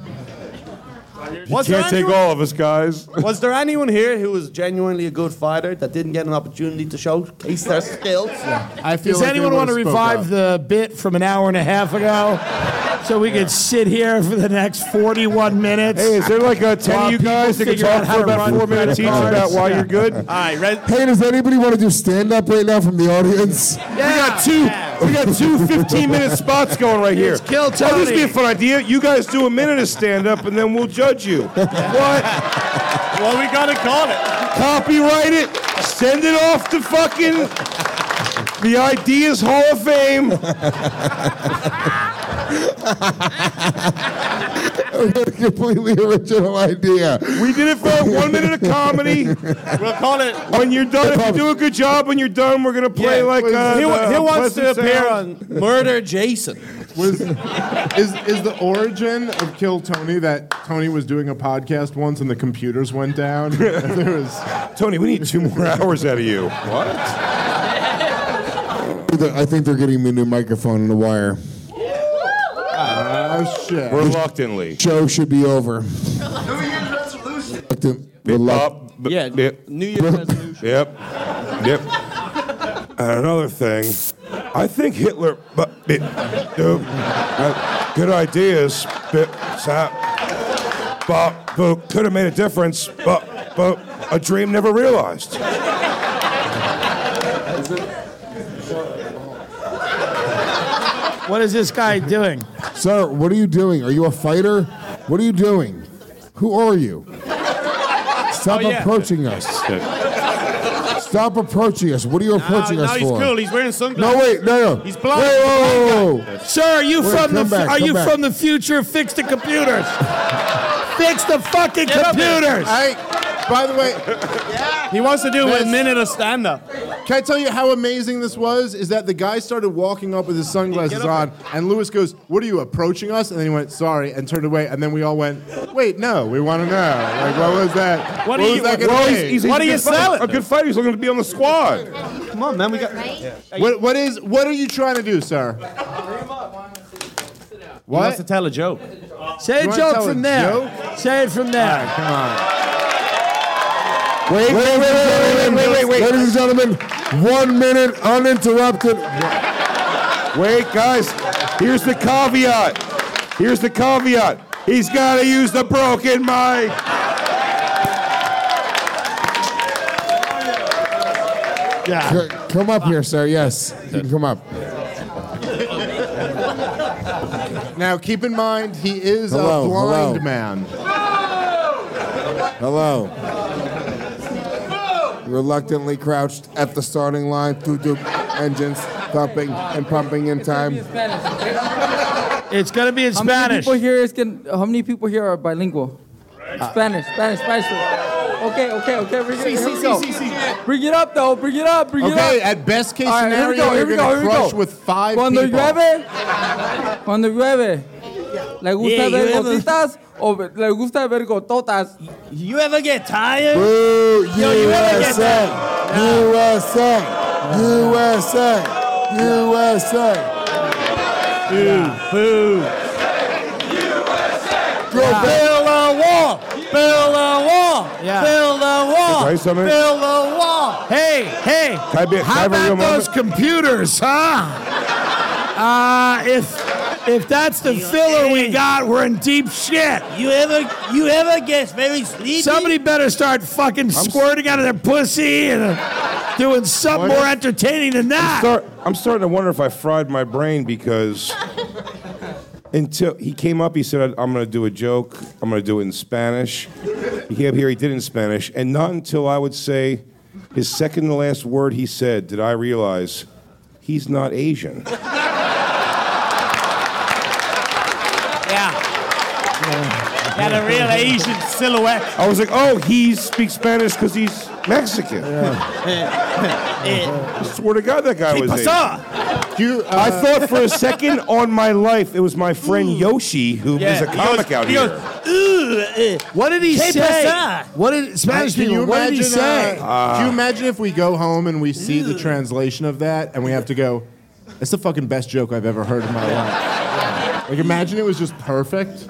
You
Was
can't
there
take all of us, guys.
Was there anyone here who was genuinely a good fighter that didn't get an opportunity to showcase their skills?
Does anyone want to revive the bit from an hour and a half ago?
so we could sit here for the next 41 minutes.
Hey, is there like a 10
while
of you guys
people
that can
figure
talk
out
for
how to
about
run
four minutes
credit
each about
cards?
why
Yeah.
you're good? All
right, red.
Hey, does anybody want to do stand up right now from the audience? [LAUGHS]
We got two. We got two 15 minute spots going right here.
Let's kill
Oh, this would be a
Tony.
fun idea. You guys do a minute of stand up, and then we'll judge you. What?
Well, we gotta call it.
Copyright it. Send it off to fucking the Ideas Hall of Fame.
We had a completely original idea.
We did it for one minute of comedy. We'll
call it.
When you're done, if you do a good job, when you're done, we're gonna play like. Uh,
he, wa-
the
he wants to
Pleasant
appear
Sound.
on Murder Jason.
Was, is, is the origin of Kill Tony that Tony was doing a podcast once and the computers went down? [LAUGHS] there was...
Tony, we need two more [LAUGHS] hours out of you. What?
I think they're getting me a new microphone and a wire.
Oh, shit.
Reluctantly.
Show should be over.
New Year's resolution.
Reluctant-
Bop, Uh, b-
Yeah,
yep.
New Year's resolution.
Yep. Yep. And another thing, I think Hitler. But, bit, dude, uh, good ideas. Bit, sap, but, but could have made a difference. But, but a dream never realized.
What is this guy doing?
Sir, what are you doing? Are you a fighter? What are you doing? Who are you? Stop
Oh, yeah.
approaching
[LAUGHS]
us. Stop approaching us. What are you approaching
no,
us
he's
for?
cool. He's wearing
No,
sunglasses.
wait, no, no.
He's blind.
Wait, whoa, whoa, whoa.
Sir, are you
Wait,
from the
come back,
are
come
you
back.
from the future? Fix the computers.
[LAUGHS]
Fix the fucking
Get up there.
computers.
I, by the way,
He wants to do
Yes.
a minute of stand up.
can I tell you how amazing this was? Is that the guy started walking up with his sunglasses on, and Lewis goes, What are you approaching us? And then he went, Sorry, and turned away. And then we all went, Wait, no, we want to know. Like, what was that?
What
What,
are
was
you-
that gonna
well,
be?
he's- he's- What he's are a you good fighter. selling?
A good fighter. He's looking to be on the squad.
Come on, man. We got.
What, what is? What are you trying to do, sir?
He
What?
wants to tell a joke.
Say
You
a
wanna
joke
tell a
from there.
joke?
Say it from there.
Come on.
Wait, wait, wait, wait, wait, wait, wait,
Ladies and gentlemen, one minute uninterrupted.
Wait, guys, here's the caveat. Here's the caveat. He's got to use the broken mic.
C- Come up here, sir. Yes, you can come up.
Now keep in mind he is
Hello,
a blind
hello.
man.
Hello. Reluctantly crouched at the starting line, doo doo engines thumping and pumping in time.
It's gonna be in
How many
Spanish.
people here is can? How many people here are bilingual? Spanish, Spanish, Spanish. Okay, okay, okay. Bring it,
See,
here
see,
we
see,
go.
see, see.
Bring it up, though. Bring it up. Bring it up.
Okay, at best case
All right, here we
scenario,
go, here
you're
we
gonna
go, here we
crush
go.
with five
Cuando
people.
llueve, cuando llueve, le gusta
Yeah,
ver
llueve.
gotitas o ve- le gusta ver gototas.
You ever get tired?
Boo,
Yo, you ever get
USA,
tired?
USA, USA, USA.
Boo.
Go back.
Build a wall. Build a wall.
Yeah.
Build a wall.
Can I say something?
Build a wall.
Hey, hey.
Can I be- can I
How
have a real
about
moment?
those computers, huh? Uh, if if that's the filler we got, we're in deep shit.
You ever you ever get very sleepy?
Somebody better start fucking squirting out of their pussy and uh, doing something more entertaining than
Ah!
that.
Start, I'm starting to wonder if I fried my brain because until he came up, he said, I'm going to do a joke. I'm going to do it in Spanish. He came up here, he did it in Spanish. And not until I would say his second to last word he said did I realize he's not Asian.
Yeah. Got a real Asian silhouette.
I was like, oh, he speaks Spanish because he's Mexican. [LAUGHS] I swear to God, that guy
Hey,
was Asian.
pasa.
You, uh,
I thought for a second on my life it was my friend Yoshi who
Yeah,
was a
he
comic
goes-
out
he
here.
goes, Ooh, eh,
What did he
¿qué
say?
pasa?
What did Spanish
Can you
people? What did he
imagine,
say?
uh, can you imagine if we go home and we see the translation of that and we have to go, it's the fucking best joke I've ever heard in my life. Like, imagine it was just perfect.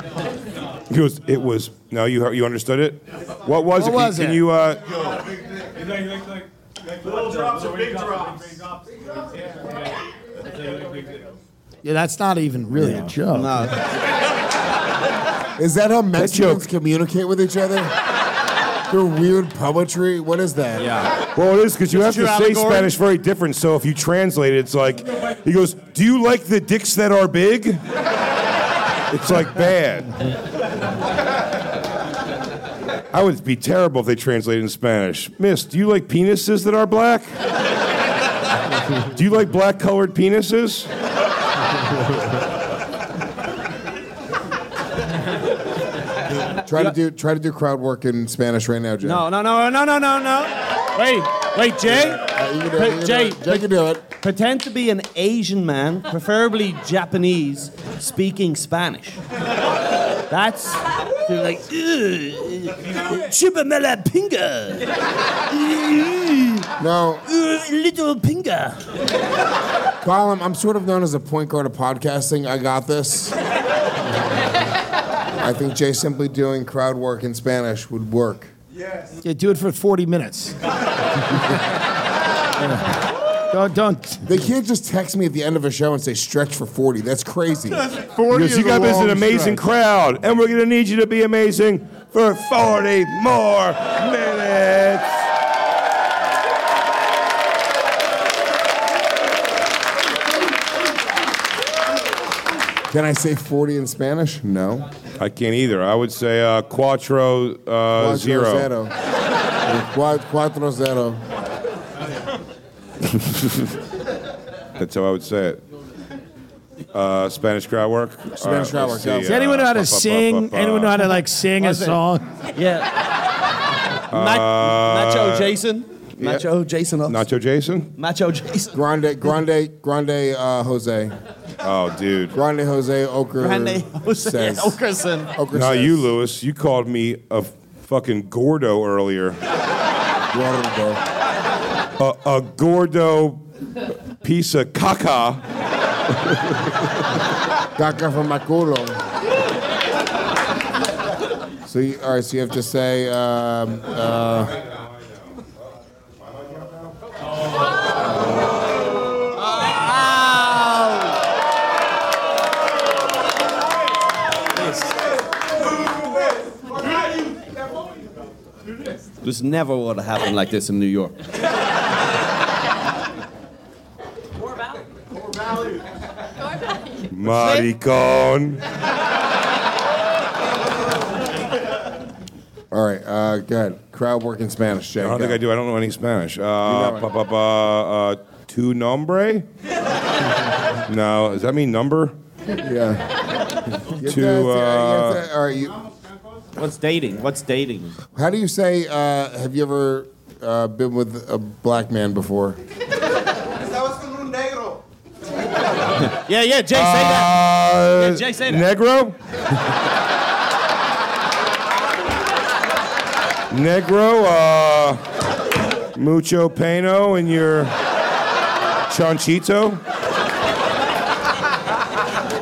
He goes, it was. No, you heard- you understood it. What
What
was it? Can-
was
can,
it?
you? Uh,
Little drops and big drops.
Yeah, that's not even really a joke.
Is that how Mexicans communicate with each other? Through weird poetry? What is that?
Yeah.
Well, it is because you have
It's
to
a
say
true allegory.
Spanish very different. So if you translate it, it's like he goes, "Do you like the dicks that are big?" It's like bad. I would be terrible if they translated in Spanish. Miss, do you like penises that are black? Do you like black colored penises?
Try to do try to do crowd work in Spanish right now, Jay.
No, no, no, no, no, no, no. Wait, wait, Jay.
Uh, you can do it,
Pe-
you can do
Jay,
it. Jay can do it.
Pretend to be an Asian man, preferably Japanese, speaking Spanish. That's they're like chupa mela pinga.
No.
Little pinga.
Colin, I'm sort of known as a point guard of podcasting. I got this. I think Jay simply doing crowd work in Spanish would work.
Yeah, do it for 40 minutes. [LAUGHS]
Don't, don't. They can't just text me at the end of a show and say stretch for 40. That's crazy.
40 you got this an amazing crowd, and we're gonna need you to be amazing for 40 more minutes.
Can I say 40 in Spanish? No.
I can't either. I would say uh, quattro, uh,
Cuatro
zero.
zero. Qua- Cuatro zero.
That's how I would say it. Uh, Spanish crowd work. All right,
Spanish crowd
let's
work, yeah.
see,
Does anyone know
uh,
how to
bu- bu- bu-
sing?
bu-
Anyone know how to like sing a
Was it-
song?
Yeah.
Uh,
Macho Jason.
yeah.
Macho Jason. Ups.
Nacho Jason?
Macho Jason.
Grande, Grande, Grande uh, Jose.
Oh, dude.
Grande Jose Oker.
Grande Jose
says.
Okerson.
Oker
Now
says.
you, Lewis, you called me a fucking gordo earlier.
Gordo.
A, a gordo piece of caca.
Caca from my culo. So you, all right, so you have to say. Um, uh,
This never would have happened like this in New York.
Maricon.
all right, uh, good. Crowd work in Spanish, Jay.
I don't think I do. I don't know any Spanish. Uh, pa, pa, pa, uh, tu nombre? no, does that mean number?
Yeah.
[LAUGHS]
You have
To,
you have
uh,
to- all right, you,
What's dating? What's dating?
how do you say? Uh, have you ever uh, been with a black man before?
Yeah, yeah, Jay, say Uh,
that.
Yeah, Jay, say that.
Negro? Negro, uh, mucho peno in your chanchito?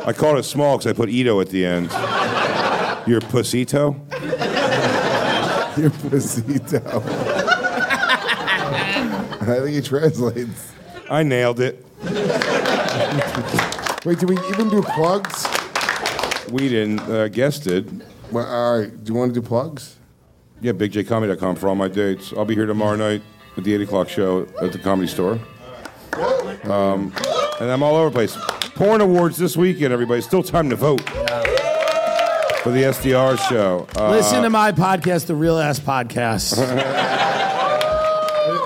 I called it small because I put Ito at the end. Your pussito?
[LAUGHS] Your pussito. [LAUGHS] I think he translates.
I nailed it.
Wait, do we even do plugs?
We didn't. Uh, guest did.
Well, all right. Do you want to do plugs?
Yeah, bigjcomedy.com for all my dates. I'll be here tomorrow night at the 8 o'clock show at the Comedy Store. Um, and I'm all over the place. Porn Awards this weekend, everybody. Still time to vote for the SDR show. Uh,
Listen to my podcast, The Real Ass Podcast.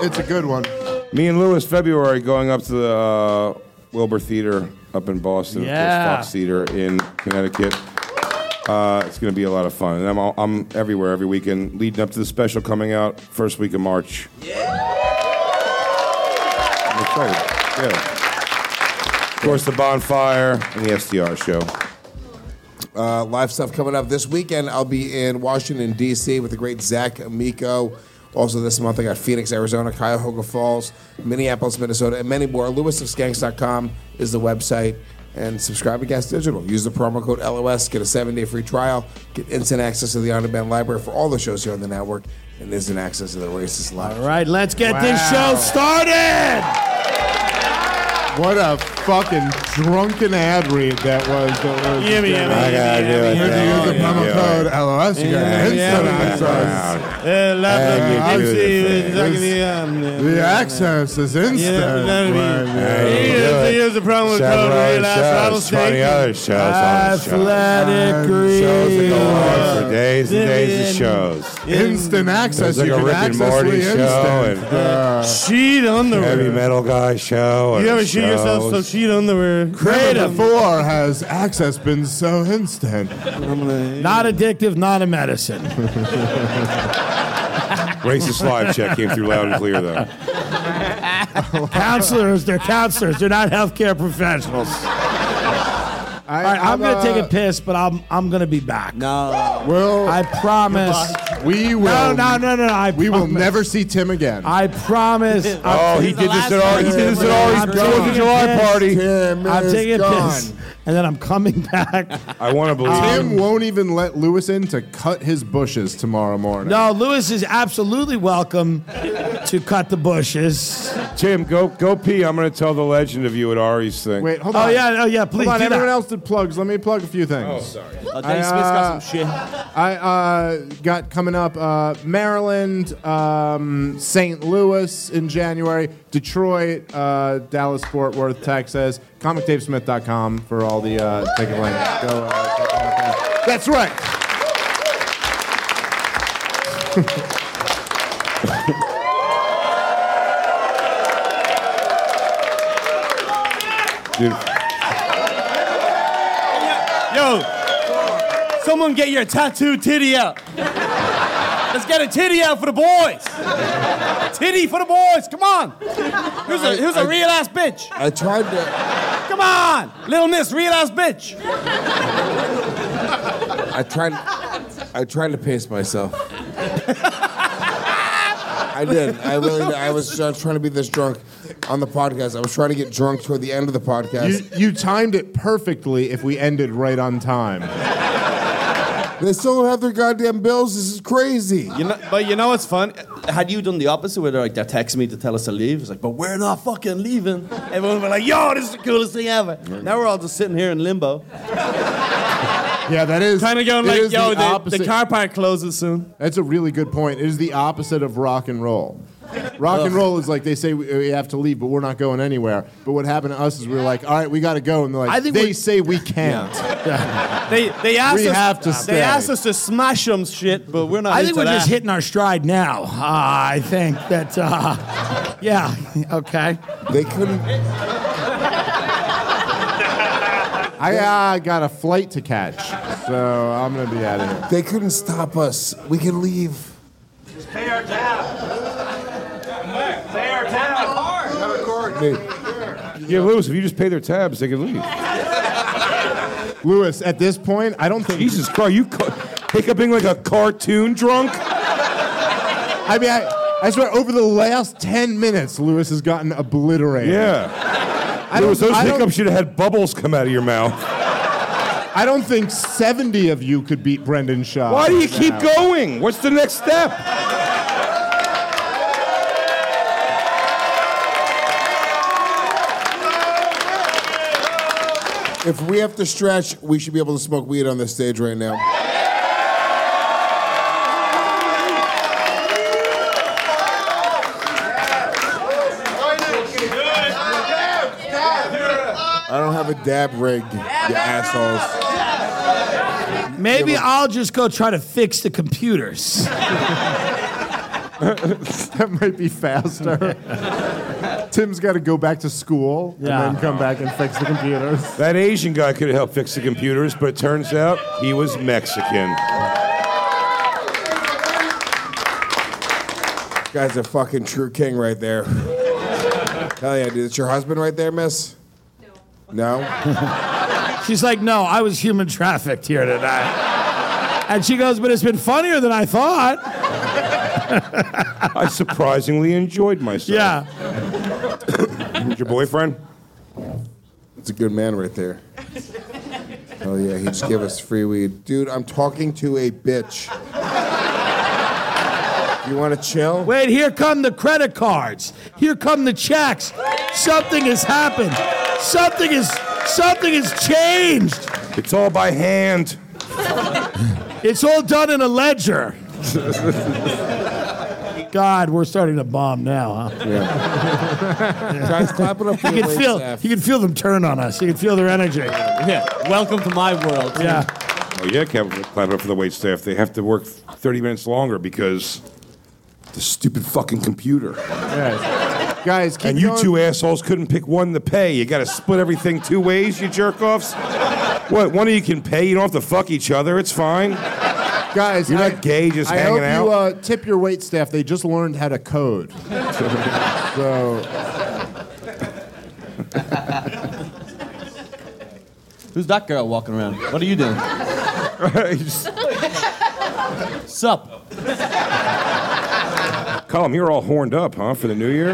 It's a good one.
Me and Lewis, February, going up to the uh, Wilbur Theater up in Boston. Of
Yeah.
course, Fox Theater in Connecticut. Uh, it's going to be a lot of fun. And I'm, all, I'm everywhere every weekend leading up to the special coming out first week of March. Yeah. I'm excited. Yeah. Of course, the bonfire and the SDR show.
Uh, live stuff coming up this weekend. I'll be in Washington D.C. with the great Zach Amico. Also this month I got Phoenix, Arizona, Cuyahoga Falls, Minneapolis, Minnesota, and many more. LewisofSkanks.com is the website. And subscribe to Gas Digital. Use the promo code LOS. Get a seven-day free trial. Get instant access to the on-demand library for all the shows here on the network, and instant access to the Racist Live.
All right, let's get this show started. What a fucking drunken ad read that was. That was
Yummy, yummy, I gotta yummy, do it. yummy,
If you use the
yummy,
promo
yummy.
code LOS, you got an instant access.
Uh,
Yeah,
laugh like
you
you
do
gypsy.
the
like
thing.
the, um,
The access is instant.
Yeah, that'd be-
Right,
He
yeah.
used to use the promo code
Several
Real Ass
shows,
Rattlesnake.
20
other shows on this show.
Athletic
Shows that go on
Real.
for days and days of shows.
Instant access.
There's like
you
a
can
Rick and
access
Morty
the
show
instant.
and
Sheet underwear.
Heavy metal guy show.
You
and
ever shoot yourself some
shows.
sheet underwear?
Creative four has access been so instant.
Not addictive, not a medicine.
[LAUGHS]
Racist live check came through loud and clear though.
counselors, they're counselors. They're not healthcare professionals. All right, I'm gonna
I'm,
take
uh,
a piss, but I'm I'm gonna be back. No,
Will
I promise?
We
No,
will.
no, no, no. I
We will never see Tim again.
I promise.
Oh, he did this at our- he did this at Ari's
I'm
Fourth of
taking a
July
piss.
party. Tim
I'm
is
taking a piss,
gone.
and then I'm coming back. [LAUGHS]
I want to
Tim won't even let Lewis in to cut his bushes tomorrow morning.
No, Lewis is absolutely welcome to cut the bushes.
Tim, go go pee. I'm gonna tell the legend of you at Ari's thing.
Wait, hold
Oh,
on.
yeah, oh, yeah, please
Hold on,
do
everyone
that.
else did plugs. Let me plug a few things.
Oh, sorry.
I,
Uh, Dave Smith's got
uh,
some shit.
I uh, got coming up uh, Maryland, um, St. Louis in January, Detroit, uh, Dallas, Fort Worth, Texas. ComicDaveSmith.com for all the uh, ticket links. Go, uh, check it out there. That's right.
Dude,
Yo, someone get your tattooed titty out. Let's get a titty out for the boys. Titty for the boys. Come on. Who's a, who's a real ass bitch?
I tried to
Come on, little miss, real ass bitch.
I tried I tried to pace myself. I did. I really did. I was just trying to be this drunk on the podcast. I was trying to get drunk toward the end of the podcast.
You, you timed it perfectly if we ended right on time.
They still don't have their goddamn bills. This is crazy.
You know, but you know what's fun? Had you done the opposite, where they're like, they're texting me to tell us to leave, it's like, but we're not fucking leaving. Everyone was like, yo, this is the coolest thing ever. Now we're all just sitting here in limbo.
Yeah, that is
Kinda going
it
like,
is
yo, the- the
opposite-
car park closes soon.
That's a really good point. It is the opposite of rock and roll. Rock and roll is like they say we, we have to leave, but we're not going anywhere. But what happened to us is we were like, all right, we got to go, and they're like,
I think
they
we-
say we can't.
They they asked
We
us
have to stay.
they asked us to smash them shit, but we're not.
I think
into
we're just
that.
hitting our stride now. Uh, I think that, uh, [LAUGHS] yeah, okay.
They couldn't.
I uh, got a flight to catch, so I'm gonna be out of here.
They couldn't stop us. We can leave.
yeah, Lewis, if you just pay their tabs, they can leave.
Lewis, at this point, I don't think.
Jesus Christ, you ca- hiccuping like a cartoon drunk?
I mean, I, I swear, over the last ten minutes, Lewis has gotten obliterated.
Yeah.
I
Lewis,
don't- Ah,
those
I don't-
hiccups should have had bubbles come out of your mouth.
I don't think 70 of you could beat Brendan Shaw.
Why do you keep
Now.
going? What's the next step?
If we have to stretch, we should be able to smoke weed on this stage right now. I don't have a dab rig, you assholes.
Maybe I'll just go try to fix the computers.
[LAUGHS] that might be [LAUGHS] faster. Tim's got to go back to school
Yeah.
and then come back and fix the computers.
That Asian guy could have helped fix the computers, but it turns out he was Mexican.
Guy's a fucking true king right there. Hell yeah, dude. It's your husband right there, miss? No.
She's like, no, I was human trafficked here tonight. And she goes, but it's been funnier than I thought.
I surprisingly enjoyed myself.
Yeah.
Your boyfriend?
It's a good man right there. Oh yeah, he just gave us free weed. Dude, I'm talking to a bitch.
You want to chill?
Wait, here come the credit cards. Here come the checks. Something has happened. Something is something has changed.
It's all by hand.
It's all done in a
[LAUGHS]
ledger. God, we're starting to bomb now, huh? [LAUGHS]
Guys, clap it up for
you
your
can
wait
feel
staff.
you can feel them turn on us. You can feel their energy.
Yeah. Welcome to my world.
Yeah.
Oh yeah, Kevin, clap it up for the wait staff. They have to work 30 minutes longer because the stupid fucking computer.
Guys, keep
and you
going.
two assholes couldn't pick one to pay. You got to split everything two ways, you jerk offs. What? One of you can pay. You don't have to fuck each other. It's fine.
Guys,
you're not gay, just
I
hanging
hope
out.
you uh, tip your wait staff. They just learned how to
[LAUGHS]
code. so
Who's that girl walking around? What are you doing? Sup?
Colin, you're all horned up, huh, for the new year?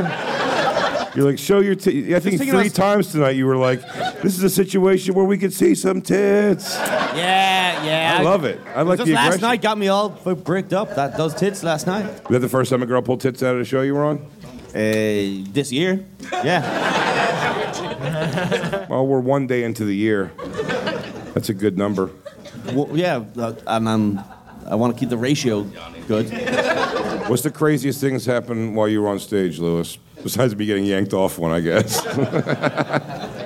You're like, show your tits. I think
thinking
three
about-
times tonight you were like, this is a situation where we could see some tits.
Yeah, yeah.
I love it. I like
Just
the
last
aggression.
night got me all f- bricked up. That those tits last night.
Was that the first time a girl pulled tits out of the show you were on?
Uh, this year? Yeah.
Well, we're one day into the year. That's a good number.
Well, yeah, uh, and I'm, I want to keep the ratio good.
What's the craziest thing that's happened while you were on stage, Lewis? Besides me getting yanked off one, I guess. [LAUGHS]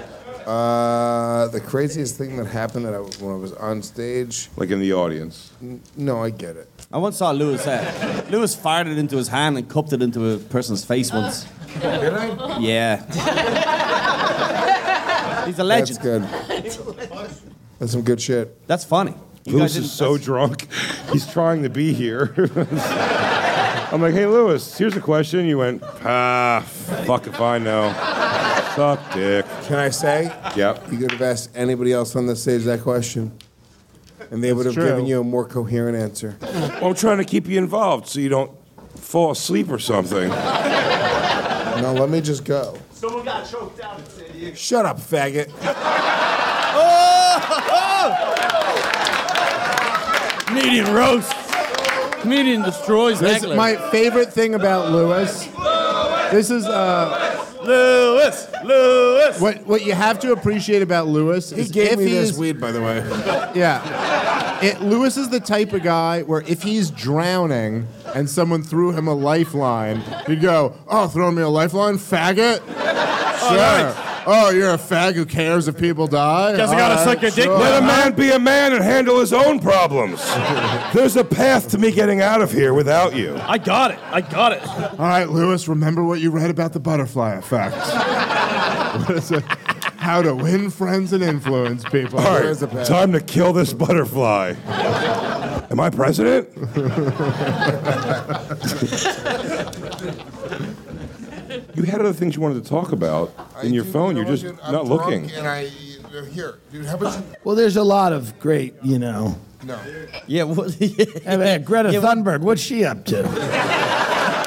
Uh, the craziest thing that happened that I, when I was on stage.
like in the audience.
N- No, I get it.
I once saw Lewis. Uh, Lewis fired it into his hand and cupped it into a person's face once.
Did I?
Yeah. He's a
That's
legend.
good. That's some good shit.
That's funny. You guys
Lewis
didn't-
is so drunk. He's trying to be here. [LAUGHS] I'm like, hey, Lewis, here's a question. You went, ah, fuck if I know. Suck dick.
Can I say?
Yep.
You could have asked anybody else on the stage that question, and they would have
That's true.
given you a more coherent answer.
Well, I'm trying to keep you involved so you don't fall asleep or something.
Now let me just go.
Someone got choked out in San Diego.
Shut up, faggot.
Comedian roast. Comedian destroys
this
necklace.
is my favorite thing about Lewis. This is uh,
Lewis. Lewis.
What what you have to appreciate about Lewis
He
is
gave
if
me
he
this
is,
weed, by the way.
[LAUGHS] Yeah. It, Lewis is the type of guy where if he's drowning and someone threw him a lifeline, he'd go, "Oh, throwing me a lifeline, faggot? Sure. Oh, you're a fag who cares if people die?
Guess I gotta suck your dick,
Let
Let a man be a man and handle his own problems. There's a path to me getting out of here without you.
I got it. I got it.
All right, Lewis, remember what you read about the butterfly
[LAUGHS]
effect. How to win friends and influence people.
All right, time to kill this butterfly. Am I president? you had other things you wanted to talk about in your phone. You're just
I'm
not
drunk
looking.
And I here, dude. How about you?
Well, there's a lot of great, you know.
No.
Yeah, what, [LAUGHS]
I mean, Greta Thunberg, what's she up to?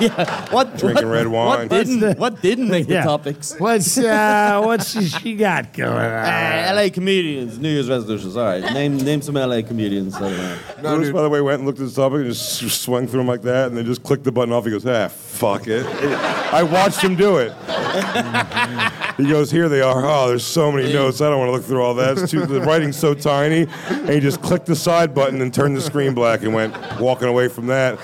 yeah. What?
Drinking
what-
red
What
wine.
didn't? What didn't make the
Yeah.
topics?
What's uh, what's she, she got going on?
Uh, LA comedians, New Year's resolutions. All right, name name some LA comedians. I don't know.
Lewis, by the way, went and looked at the topic and just s- swung through him like that, and then just clicked the button off. He goes, "Ah, fuck it." I watched him do it. he goes, "Here they are. Oh, there's so many notes. I don't want to look through all that. It's too, the writing's so tiny." And he just clicked the side button and turned the screen black and went walking away from that.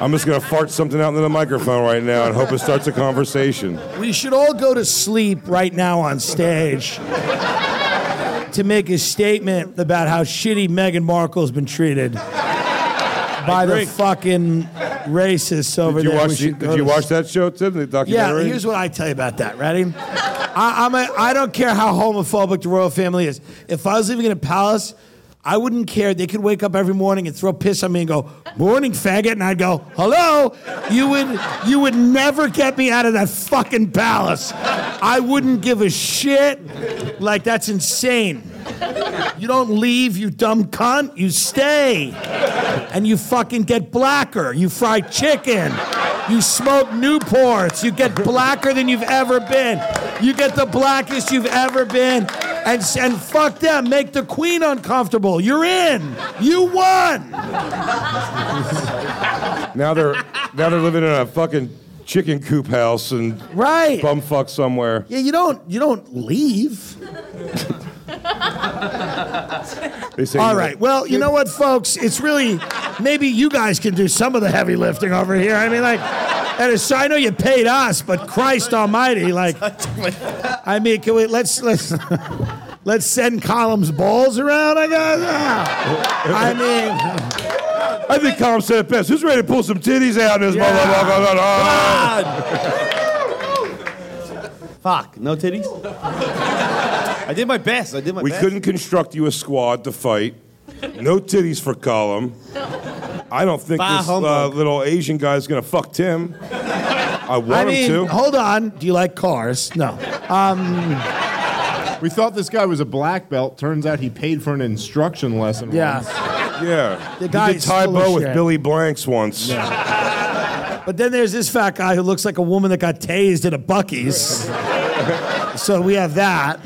I'm just gonna fart something out into the microphone right now and hope it starts a conversation.
We should all go to sleep right now on stage to make a statement about how shitty Meghan Markle's been treated by the fucking racists over
Did you
there. We
watch? The,
should go
did you
to
watch that show, Tim? The documentary.
Yeah, here's what I tell you about that. Ready? I, I'm a, I don't care how homophobic the royal family is. If I was living in a palace, I wouldn't care. They could wake up every morning and throw piss on me and go, "Morning, faggot," and I'd go, "Hello." You would you would never get me out of that fucking palace. I wouldn't give a shit. Like that's insane. You don't leave, you dumb cunt. You stay. And you fucking get blacker. You fry chicken. You smoke Newports. You get blacker than you've ever been. You get the blackest you've ever been. And, and fuck them. Make the queen uncomfortable. You're in. You won.
Now they're now they're living in a fucking chicken coop house and
right
bumfuck somewhere.
Yeah, you don't you don't leave.
They say
All right. Well, you know what, folks? It's really maybe you guys can do some of the heavy lifting over here. I mean, like, and it's, I know you paid us, but Christ Almighty, like, I mean, can we let's let's let's send columns balls around? I guess. Ah. I mean,
I think Colin said it best. Who's ready to pull some titties out in this
Fuck, no titties? I did my best. I did my
We
best.
couldn't construct you a squad to fight. No titties for Column. I don't think
Bah,
this uh,
humbug.
little Asian guy's gonna fuck Tim. I want
I mean,
him to.
hold on. Do you like cars? No. Um,
We thought this guy was a black belt. Turns out he paid for an instruction lesson.
Yeah.
once.
Yeah.
The guy
he did
is
Tai
full of
Bo with
shit.
Billy Blanks once.
But then there's this fat guy who looks like a woman that got tased at a Bucky's. so we have that.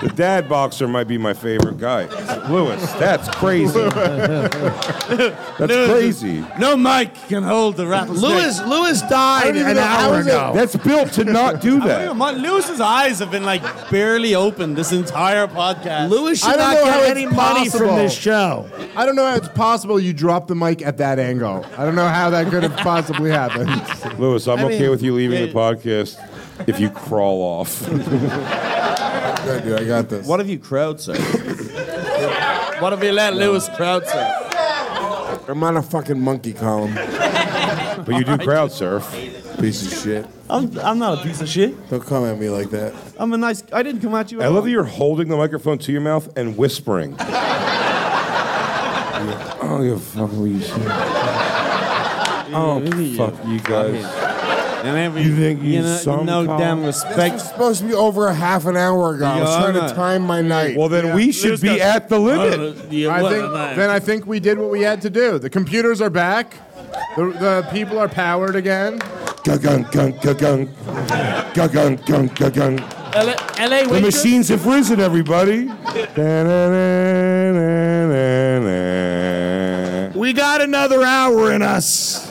The dad boxer might be my favorite guy. Lewis, that's
[LAUGHS]
crazy. that's crazy.
No mic can hold the rattlesnake.
Lewis Lewis died an hour ago.
That's built to not do that.
My, Lewis's eyes have been like barely open this entire podcast.
Lewis
I don't know how it's possible.
show.
I don't know how it's possible you dropped the mic at that angle. I don't know how that could have possibly happened.
[LAUGHS]
Lewis, I'm
I mean-
okay with you leaving the podcast if you crawl off.
[LAUGHS]
Good, dude, I got this.
What have you crowd surf? [LAUGHS] what have you let Lewis crowd surf?
I'm on a fucking monkey column.
But you do crowd surf.
Piece of shit.
I'm, I'm not a piece of shit.
Don't come at me like that.
I'm a nice. I didn't come at you.
I love that you're holding the microphone to your mouth
[LAUGHS]
and whispering. oh, you fuck what you say. Oh, fuck you guys.
And every,
You think you,
you know,
some
no
cop?
damn
This
respect.
was supposed to be over a half an hour ago. I was
Yeah, I
trying to
know.
time my night.
Well, then we should be at the
Uh,
limit.
Oh,
I think, then I think we did what we had to do. The computers are back. The, the people are powered again.
Gun, gun, gun, gun, gun, gun, gun, gun, gun.
LA, LA
The machines have risen, [LAUGHS] everybody.
We got another hour in us.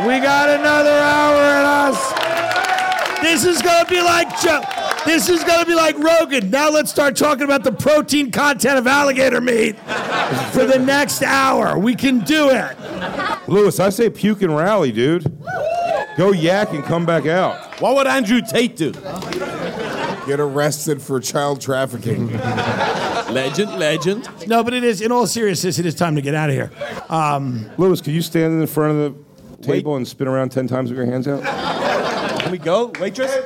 We got another hour in us. This is gonna be like Joe. This is gonna be like Rogan. Now let's start talking about the protein content of alligator meat for the next hour. We can do it.
Lewis, I say puke and rally, dude. Go yak and come back out.
What would Andrew Tate do?
Get arrested for
[LAUGHS]
child trafficking.
Legend, legend.
No, but it is. In all seriousness, it is time to get out of here. Um,
Lewis, can you stand in front of the table and spin around 10 times with your hands out?
Can we go, waitress?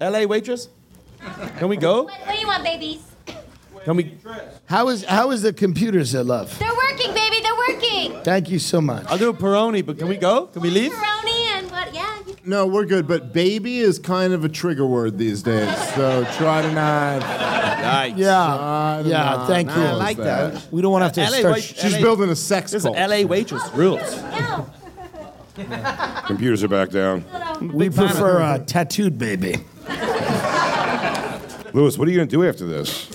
L.A. waitress. Can we go?
What, what do you want, babies?
Can we?
How is how is the computers at love?
They're working, baby. They're working.
Thank you so much.
I'll do a Peroni, but can we go? Can we leave?
Pepperoni and what? Yeah. You,
No, we're good, but baby is kind of a trigger word these days. So try to not.
Yeah,
don't
yeah.
know.
Thank
I
you.
don't like that.
We don't want to have to
LA
start.
wait-
She's
LA
building a sex
This is
cult.
L.A. waitress rules.
Computers are back down.
we prefer a tattooed baby.
Lewis, what are you going to do after this?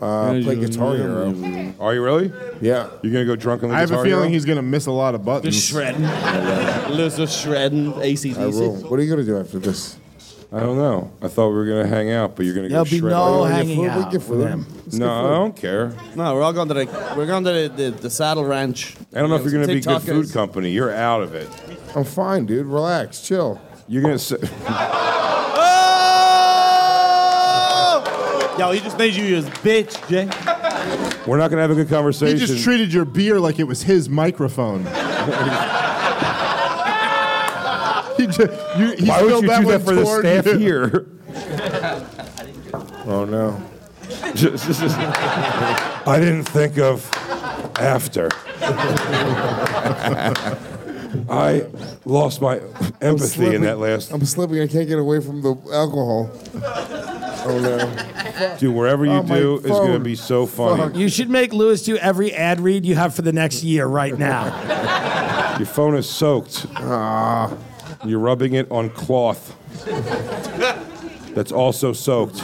Uh, play Guitar Hero.
Are you really?
Yeah.
You're going to go drunk on the
I have a
Guitar
feeling
Hero?
he's going to miss a lot of buttons.
Just shredding. Liz just shredding
I will.
ACDC.
What are you going to do after this?
I don't know. I thought we were going to hang out, but you're going to go
There'll be
shred.
no
all-
hanging
food? We
out
get
for
food.
them.
no, I don't care.
No, we're all going to the we're going to the, the, the saddle ranch.
I don't know if you're going to be good
TikTokers.
food company. You're out of it.
I'm fine, dude. Relax. Chill.
You're going to sit.
Yo, he just made you his bitch, Jay.
We're not going to have a good
He
conversation.
just treated your beer like it was his microphone. he just, you, he
Why would
spilled
you do
one
that for the
toward
staff
you.
here?
[LAUGHS]
Oh, no.
I didn't think of
[LAUGHS]
after. I lost my empathy in that last.
I'm slipping. I can't get away from the alcohol. Oh, no.
Dude, wherever you
Oh, my
do is going to
phone.
be
[LAUGHS]
so funny.
You should make Lewis do every ad read you have for the next year right now.
Your phone is soaked.
Ah.
You're rubbing it on
[LAUGHS]
cloth. That's also soaked.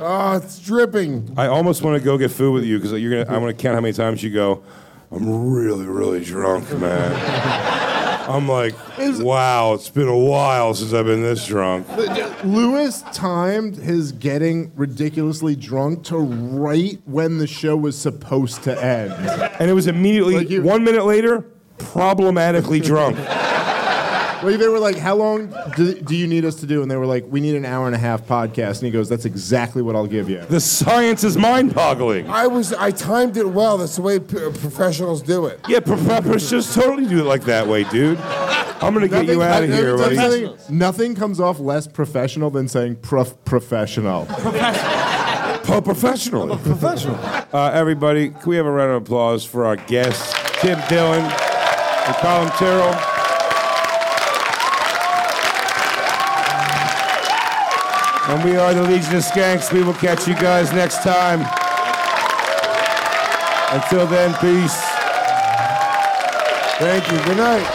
Oh, it's dripping. Ah,
I almost want to go get food with you because you're gonna. I want to count how many times you go. I'm really, really drunk,
[LAUGHS]
man. I'm like, wow, it's been a while since I've been this drunk.
Lewis timed his getting ridiculously drunk to right when the show was supposed to end.
And it was immediately one minute later, problematically drunk.
Like they were like, "How long do, do you need us to do?" And they were like, "We need an hour and a half podcast." And he goes, "That's exactly what I'll give you."
The science is mind-boggling.
I was I timed it well. That's the way p- professionals do it.
Yeah, pre- preppers just totally do it like that way, dude. I'm gonna get you out of here, buddy.
nothing, nothing comes off less professional than saying prof professional.
Pro professional. professional. [LAUGHS] Uh, everybody, can we have a round of applause for our guests, Tim Dillon and Colin Terrell? And we are the Legion of Skanks. We will catch you guys next time. Until then, peace. Thank you. Good night.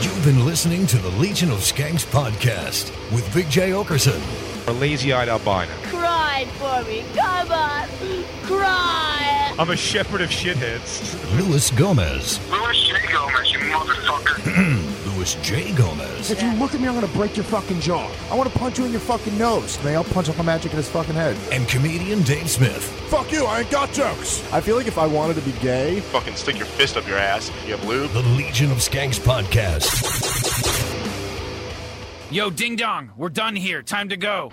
You've been listening to the Legion of Skanks podcast with Big J. Okerson.
A lazy-eyed albino.
Cry for me. Come on. Cry.
I'm a shepherd of shitheads.
Luis Gomez.
Louis J. Gomez, you
[CLEARS THROAT]
motherfucker.
Luis J. Gomez.
If you look at me, I'm gonna break your fucking jaw. I wanna punch you in your fucking nose. And they all punch Uncle Magic in his fucking head.
And comedian Dave Smith.
Fuck you, I ain't got jokes.
I feel like if I wanted to be gay,
Fucking stick your fist up your ass. You have lube. The Legion of Skanks podcast.
Yo, ding dong, we're done here. Time to go.